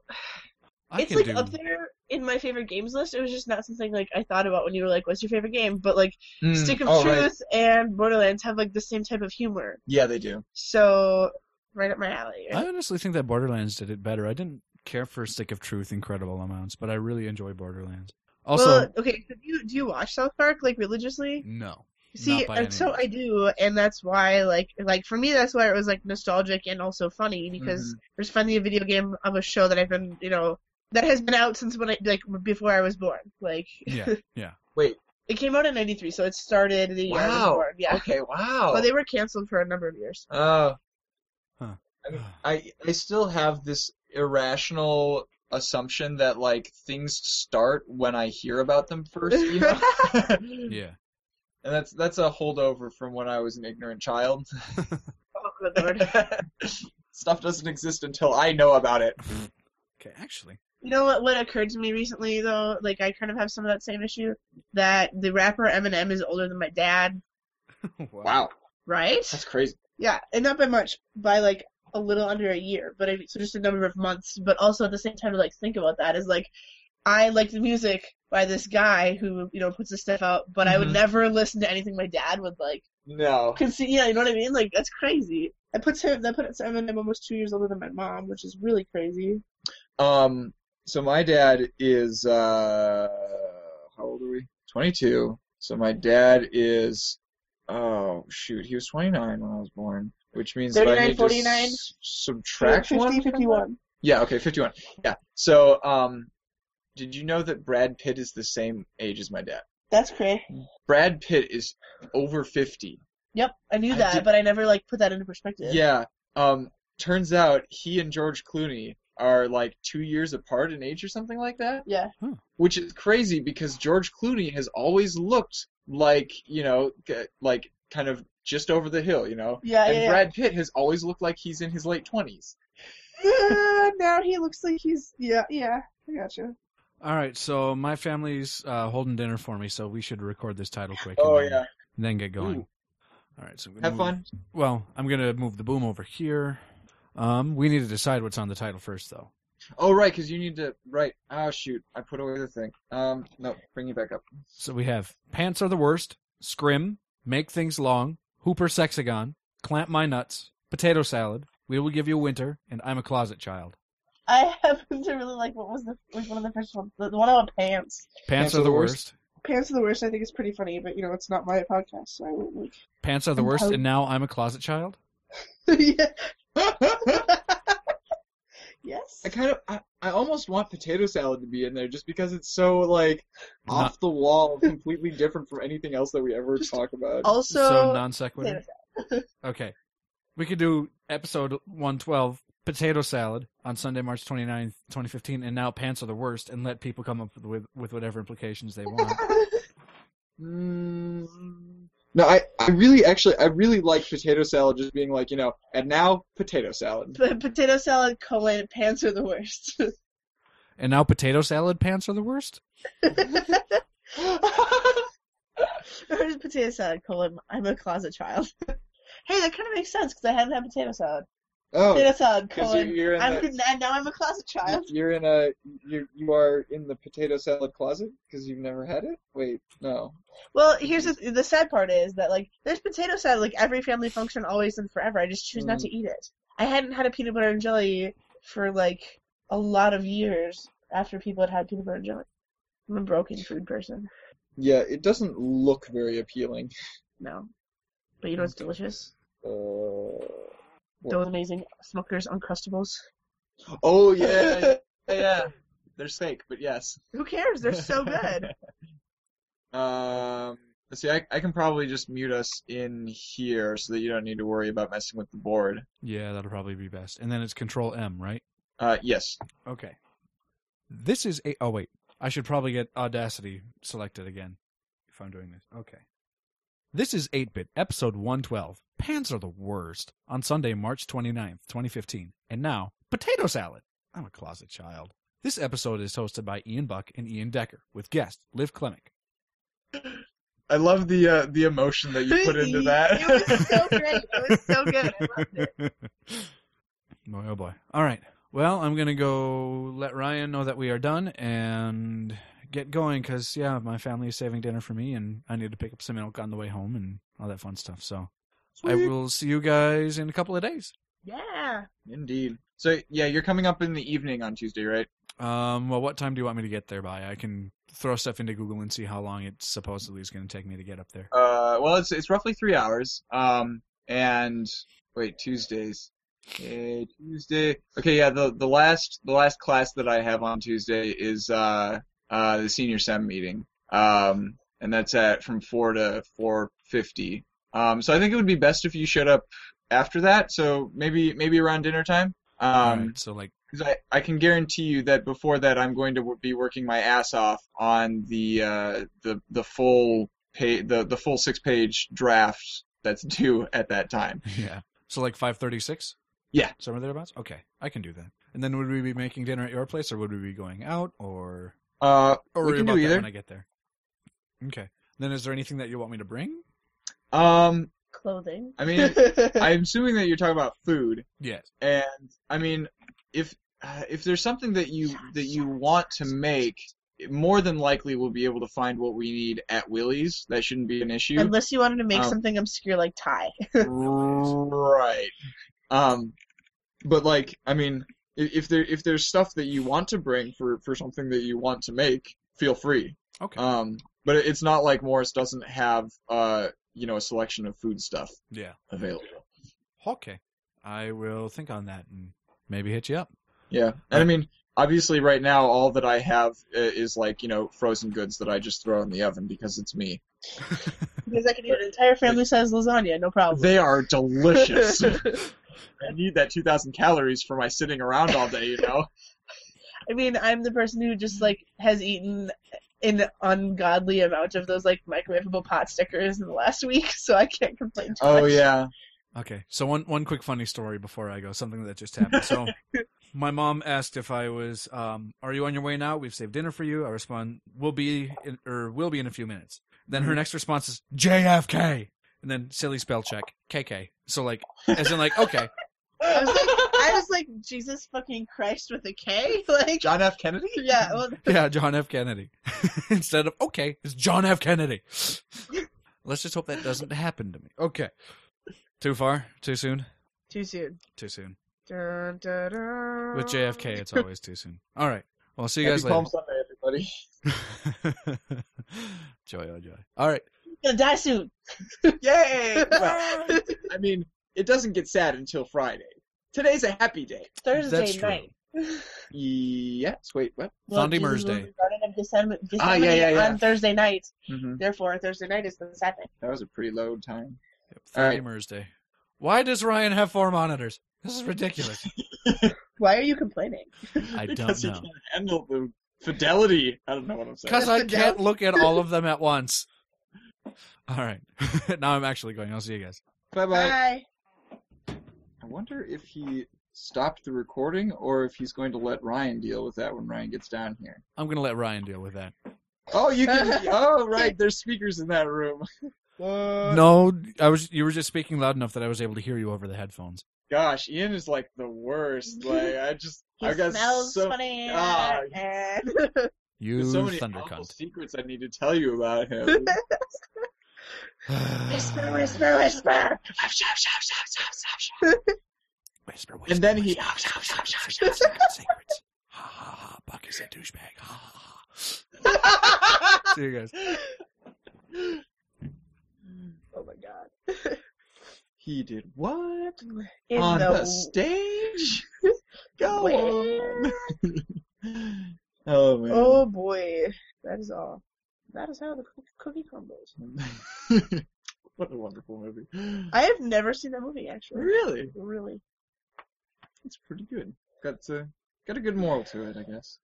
[SPEAKER 6] I
[SPEAKER 4] it's
[SPEAKER 6] can
[SPEAKER 4] like
[SPEAKER 6] do.
[SPEAKER 4] up there in my favorite games list. It was just not something like I thought about when you were like, What's your favorite game? But like
[SPEAKER 6] Hmm,
[SPEAKER 5] Mm,
[SPEAKER 4] Stick of
[SPEAKER 5] oh, right.
[SPEAKER 4] Truth and Borderlands have like the same type of humor.
[SPEAKER 5] Yeah, they do.
[SPEAKER 4] So right up my alley.
[SPEAKER 6] I honestly think that Borderlands did it better. I didn't care for Stick of Truth incredible amounts, but I really enjoy Borderlands. Also,
[SPEAKER 4] well, okay, so do you do you watch South Park like religiously?
[SPEAKER 6] no.
[SPEAKER 4] See,
[SPEAKER 6] Not by
[SPEAKER 4] and so
[SPEAKER 6] any
[SPEAKER 4] I do, and that's why, like, like for me, that's why it was like nostalgic and also funny because
[SPEAKER 6] Mm-hmm.
[SPEAKER 4] there's finally a video game of a show that I've been, you know, that has been out since when I like before I was born. Like, (laughs)
[SPEAKER 6] Yeah, yeah.
[SPEAKER 4] it came out in '93, so it started the year I was
[SPEAKER 5] Wow.
[SPEAKER 4] born. Yeah,
[SPEAKER 5] Okay, wow.
[SPEAKER 4] but they were canceled for a number
[SPEAKER 5] (gasps)
[SPEAKER 4] of years.
[SPEAKER 5] Oh.
[SPEAKER 6] Huh.
[SPEAKER 5] I I still have this irrational assumption that like things start when I hear about them first, you
[SPEAKER 4] (laughs)
[SPEAKER 5] know? (laughs)
[SPEAKER 4] Oh,
[SPEAKER 5] and
[SPEAKER 6] Yeah.
[SPEAKER 5] that's that's a holdover from when I was an ignorant child.
[SPEAKER 4] Oh, good lord!
[SPEAKER 5] (laughs) Stuff doesn't exist until I know about it.
[SPEAKER 6] Okay, actually.
[SPEAKER 4] you know what? What occurred to me recently, though, like I kind of have some of that same issue that the rapper Eminem is older than my dad,
[SPEAKER 6] (laughs)
[SPEAKER 5] Wow,
[SPEAKER 4] right?
[SPEAKER 5] that's crazy.
[SPEAKER 4] Yeah, and not by much, by like a little under a year, but I, so just a number of months. But also at the same time, to like think about that is like, I like the music by this guy who you know puts this stuff out, but I would
[SPEAKER 5] Mhm.
[SPEAKER 4] never listen to anything my dad would like.
[SPEAKER 5] No.
[SPEAKER 4] Cause see, yeah, you know what I mean? Like that's crazy. I puts him, that puts Eminem almost two years older than my mom, which is really crazy.
[SPEAKER 5] Um so my dad is uh how old are we? 22. So my dad is oh shoot, he was 29 when I was born, which means that I
[SPEAKER 4] 39,
[SPEAKER 5] need to
[SPEAKER 4] 49?
[SPEAKER 5] s- subtract one
[SPEAKER 4] 50,
[SPEAKER 5] from that?
[SPEAKER 4] 51.
[SPEAKER 5] Yeah, okay, 51. Yeah. So um did you know that Brad Pitt is the same age as my dad?
[SPEAKER 4] That's crazy.
[SPEAKER 5] Brad Pitt is over 50.
[SPEAKER 4] Yep, I knew
[SPEAKER 5] I
[SPEAKER 4] that,
[SPEAKER 5] did-
[SPEAKER 4] but I never like put that into perspective.
[SPEAKER 5] Yeah. Um turns out he and George Clooney are like 2 years apart in age or something like that.
[SPEAKER 4] Yeah.
[SPEAKER 5] which is crazy because George Clooney has always looked like you know g- like kind of just over the hill, you know.
[SPEAKER 4] Yeah,
[SPEAKER 5] and
[SPEAKER 4] yeah, yeah.
[SPEAKER 5] Brad Pitt has always looked like he's in his late twenties.
[SPEAKER 4] Ah, (laughs) now he looks like he's yeah, yeah. I gotcha.
[SPEAKER 6] All right, so my family's uh, holding dinner for me, so we should record this title quick.
[SPEAKER 5] Oh
[SPEAKER 6] and then,
[SPEAKER 5] yeah,
[SPEAKER 6] and then get going.
[SPEAKER 5] Ooh.
[SPEAKER 6] All right, so I'm gonna
[SPEAKER 5] have
[SPEAKER 6] move-
[SPEAKER 5] fun.
[SPEAKER 6] Well, I'm gonna move the boom over here. Um, we need to decide what's on the title first, though.
[SPEAKER 5] Oh right, because you need to right. Oh shoot, I put away the thing. Um, no, bring you back up.
[SPEAKER 6] So we have pants are the worst, scrim, make things long, Hooper sexagon, clamp my nuts, potato salad. We will give you winter, and I'm a closet child.
[SPEAKER 4] I happen (laughs) to really like what was the like one of the first ones, the, the one about pants.
[SPEAKER 6] Pants, are the worst.
[SPEAKER 4] Pants are the worst. I think is pretty funny, but you know it's not my podcast, so I won't like.
[SPEAKER 6] Pants are the
[SPEAKER 4] And
[SPEAKER 6] worst,
[SPEAKER 4] how-
[SPEAKER 6] and now I'm a closet child.
[SPEAKER 4] (laughs) Yeah. (laughs) yes.
[SPEAKER 5] I kind of, I, I almost want potato salad to be in there just because it's so like off the wall, completely different from anything else that we ever talk about.
[SPEAKER 4] Also,
[SPEAKER 6] so non sequitur.
[SPEAKER 4] potato
[SPEAKER 6] okay. We could do episode 112, Potato Salad, on Sunday, March 29th, 2015, and now Pants Are the Worst, and let people come up with, with whatever implications they want.
[SPEAKER 5] Mm, No, I, I really actually I really like potato salad just being like, you know, and now potato salad.
[SPEAKER 4] (laughs) P- potato salad colon pants are the worst. (laughs)
[SPEAKER 6] and now Potato Salad, Pants Are the Worst?
[SPEAKER 4] or is potato salad colon I'm a closet child. (laughs) hey, that kind of makes sense because I hadn't had potato salad.
[SPEAKER 5] Oh,
[SPEAKER 4] potato salad
[SPEAKER 5] because you're,
[SPEAKER 4] colon.
[SPEAKER 5] you're in
[SPEAKER 4] I'm
[SPEAKER 5] the,
[SPEAKER 4] now I'm a
[SPEAKER 5] (laughs)
[SPEAKER 4] closet child.
[SPEAKER 5] you're in a you you are in the potato salad closet because you've never had it. Wait, no.
[SPEAKER 4] Well, here's the, the sad part is that like there's potato salad like every family function always and forever. I just
[SPEAKER 5] Mm.
[SPEAKER 4] choose not to eat it. I hadn't had a peanut butter and jelly for like a lot of years after people had had peanut butter and jelly. I'm a broken food person.
[SPEAKER 5] Yeah, it doesn't look very appealing.
[SPEAKER 4] No, but you know what's delicious?
[SPEAKER 5] Uh,
[SPEAKER 4] Those amazing Smucker's Uncrustables.
[SPEAKER 5] oh yeah, yeah, yeah. They're fake, but yes.
[SPEAKER 4] Who cares? They're so good.
[SPEAKER 5] (laughs) Um, let's see, I, I can probably just mute us in here so that you don't need to worry about messing with the board.
[SPEAKER 6] Yeah, that'll probably be best. And then it's Control M, right?
[SPEAKER 5] Uh, yes.
[SPEAKER 6] Okay. This is a. Oh, wait. I should probably get Audacity selected again if I'm doing this. Okay. This is 8 Bit, episode 112. Pants are the worst. On Sunday, March 29th, 2015. And now, potato salad. I'm a closet child. This episode is hosted by Ian Buck and Ian Decker, with guest Liv Clemick.
[SPEAKER 5] I love the uh, the emotion that (laughs) you put into that.
[SPEAKER 4] It was
[SPEAKER 5] (laughs)
[SPEAKER 4] so great. It was so good. I loved it.
[SPEAKER 6] (laughs) Boy, oh boy. All right. Well, I'm going to go let Ryan know that we are done and get going because, yeah, my family is saving dinner for me and I need to pick up some milk on the way home and all that fun stuff. So I will see you guys in a couple of days.
[SPEAKER 4] Yeah.
[SPEAKER 5] Indeed. So yeah, you're coming up in the evening on Tuesday, right?
[SPEAKER 6] Um, well, what time do you want me to get there by? I can throw stuff into Google and see how long it supposedly is going to take me to get up there.
[SPEAKER 5] Uh, well, it's it's roughly three hours. Um, and wait, Tuesdays. Okay, Tuesday. Okay, yeah. The the last the last class that I have on Tuesday is uh uh the senior sem meeting. Um, and that's at from four to four fifty. Um, so I think it would be best if you showed up after that. So maybe maybe around dinner time.
[SPEAKER 6] All
[SPEAKER 5] Um,
[SPEAKER 6] right, so, like,
[SPEAKER 5] because I, I can guarantee you that before that I'm going to w- be working my ass off on the uh, the the full pay the, the full six page draft that's (laughs) due at that time.
[SPEAKER 6] yeah. So, like 536?
[SPEAKER 5] Yeah.
[SPEAKER 6] Somewhere thereabouts? Okay. I can do that. And then would we be making dinner at your place or would we be going out or.
[SPEAKER 5] Uh,
[SPEAKER 6] Or
[SPEAKER 5] We
[SPEAKER 6] worry
[SPEAKER 5] can do
[SPEAKER 6] about that
[SPEAKER 5] either.
[SPEAKER 6] when I get there. Okay. Then is there anything that you want me to bring?
[SPEAKER 5] um,
[SPEAKER 4] Clothing. (laughs)
[SPEAKER 5] I mean, I'm assuming that you're talking about food,
[SPEAKER 6] Yes.
[SPEAKER 5] and I mean, if uh, if there's something that you that you want to make, more than likely we'll be able to find what we need at Willie's. That shouldn't be an issue.
[SPEAKER 4] Unless you wanted to make
[SPEAKER 5] Um,
[SPEAKER 4] something obscure like tie.
[SPEAKER 5] right. Um, but like, I mean, i- if there if there's stuff that you want to bring for for something that you want to make, feel free.
[SPEAKER 6] Okay.
[SPEAKER 5] Um, but it's not like Morris doesn't have uh you know a selection of food stuff
[SPEAKER 6] yeah.
[SPEAKER 5] available.
[SPEAKER 6] Okay. I will think on that and maybe hit you up.
[SPEAKER 5] Yeah, and I mean, obviously, right now all that I have i- is like you know frozen goods that I just throw in the oven because it's me.
[SPEAKER 4] (laughs) Because I could eat an entire family size lasagna, no problem.
[SPEAKER 5] They are (laughs) delicious. I need that 2,000 calories for my sitting around all day. You know.
[SPEAKER 4] (laughs) I mean, I'm the person who just like has eaten an ungodly amount of those like microwavable pot stickers in the last week, so I can't complain too
[SPEAKER 5] Oh
[SPEAKER 4] much.
[SPEAKER 5] yeah.
[SPEAKER 6] Okay. So one one quick funny story before I go, something that just
[SPEAKER 5] (laughs)
[SPEAKER 6] happened. So my mom asked if I was um are you on your way now? We've saved dinner for you. I respond, "We'll be in, or will be in a few minutes." Then
[SPEAKER 5] Mm-hmm.
[SPEAKER 6] her next response is JFK. And then silly spell check, KK. So like as in like, okay.
[SPEAKER 4] (laughs)
[SPEAKER 6] (laughs)
[SPEAKER 4] I was like, I was like Jesus fucking Christ with a K, (laughs) like
[SPEAKER 5] John F. Kennedy. (laughs)
[SPEAKER 4] yeah, well,
[SPEAKER 6] yeah, John F. Kennedy. (laughs) Instead of okay, it's John F. Kennedy. (laughs) Let's just hope that doesn't happen to me. Okay. Too far? Too soon?
[SPEAKER 4] too soon.
[SPEAKER 6] Too soon.
[SPEAKER 4] Dun, dun, dun.
[SPEAKER 6] With JFK, it's always too soon. All right. Well, see you
[SPEAKER 5] Happy
[SPEAKER 6] guys
[SPEAKER 5] Palm
[SPEAKER 6] later.
[SPEAKER 5] Sunday, everybody.
[SPEAKER 6] (laughs) joy, oh joy. All right.
[SPEAKER 4] gonna die soon.
[SPEAKER 5] Yay! Well, (laughs) I mean, it doesn't get sad until Friday. Today's a happy day.
[SPEAKER 4] Thursday
[SPEAKER 6] That's true.
[SPEAKER 4] night.
[SPEAKER 5] Yes. Wait. What?
[SPEAKER 4] Well,
[SPEAKER 6] Sunday,
[SPEAKER 4] Jesus was
[SPEAKER 6] Thursday.
[SPEAKER 4] in the Garden of Gethsemane,
[SPEAKER 5] Ah, yeah, yeah, yeah.
[SPEAKER 4] on Thursday night.
[SPEAKER 5] Mm-hmm.
[SPEAKER 4] Therefore, Thursday night is the Sabbath.
[SPEAKER 5] That was a pretty low time.
[SPEAKER 6] Yep,
[SPEAKER 5] All right.
[SPEAKER 6] Friday, Thursday. Why does Ryan have four monitors? This is ridiculous.
[SPEAKER 4] Why are you complaining?
[SPEAKER 6] (laughs)
[SPEAKER 5] (laughs)
[SPEAKER 6] I don't
[SPEAKER 5] Because
[SPEAKER 6] know.
[SPEAKER 5] you can't handle the fidelity. I don't know what I'm saying.
[SPEAKER 6] Because I
[SPEAKER 4] That's the
[SPEAKER 6] can't look at all of them
[SPEAKER 5] (laughs)
[SPEAKER 6] at once. All right. (laughs) now I'm actually going. I'll see you guys.
[SPEAKER 5] Bye bye.
[SPEAKER 4] Bye.
[SPEAKER 5] I wonder if he stopped the recording or if he's going to let Ryan deal with that when Ryan gets down here.
[SPEAKER 6] I'm going to let Ryan deal with that.
[SPEAKER 5] Oh, you can. oh, right. There's speakers in that room. Uh,
[SPEAKER 6] No, I was. You were just speaking loud enough that I was able to hear you over the headphones.
[SPEAKER 5] Gosh, Ian is like the worst. Like I just.
[SPEAKER 4] He
[SPEAKER 5] I've got
[SPEAKER 4] smells
[SPEAKER 5] so.
[SPEAKER 4] funny.
[SPEAKER 5] Ah.
[SPEAKER 4] and (laughs)
[SPEAKER 6] You
[SPEAKER 5] There's so many
[SPEAKER 6] thunder
[SPEAKER 5] awful
[SPEAKER 6] cunt.
[SPEAKER 5] secrets I need to tell you about
[SPEAKER 4] (laughs)
[SPEAKER 5] him.
[SPEAKER 4] whisper, whisper, whisper. (laughs)
[SPEAKER 6] whisper, whisper,
[SPEAKER 5] and then (laughs) he-
[SPEAKER 6] whisper, whisper, whisper, secrets, secrets, secrets. Ha ha ha! Buck is a douchebag. Ha ha ha! See you guys.
[SPEAKER 4] Oh my god.
[SPEAKER 5] he did what?
[SPEAKER 4] In
[SPEAKER 5] on
[SPEAKER 4] the,
[SPEAKER 5] the,
[SPEAKER 4] (laughs)
[SPEAKER 5] stage? Go
[SPEAKER 4] Where?
[SPEAKER 5] on. (laughs) oh man.
[SPEAKER 4] oh boy, that is all. That is how the coo- cookie crumbles.
[SPEAKER 5] (laughs) what a wonderful movie.
[SPEAKER 4] I have never seen that movie actually.
[SPEAKER 5] really?
[SPEAKER 4] Really?
[SPEAKER 5] It's pretty good. Got uh, got a good moral to it, I
[SPEAKER 4] (laughs)
[SPEAKER 5] guess.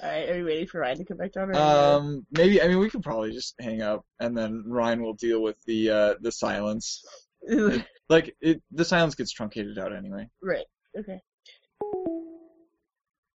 [SPEAKER 4] All right, are you waiting for Ryan to come back down? or-
[SPEAKER 5] Um, maybe I mean we could probably just hang up and then Ryan will deal with the uh the silence. Like it, the silence gets truncated out anyway.
[SPEAKER 4] (laughs) right. Okay.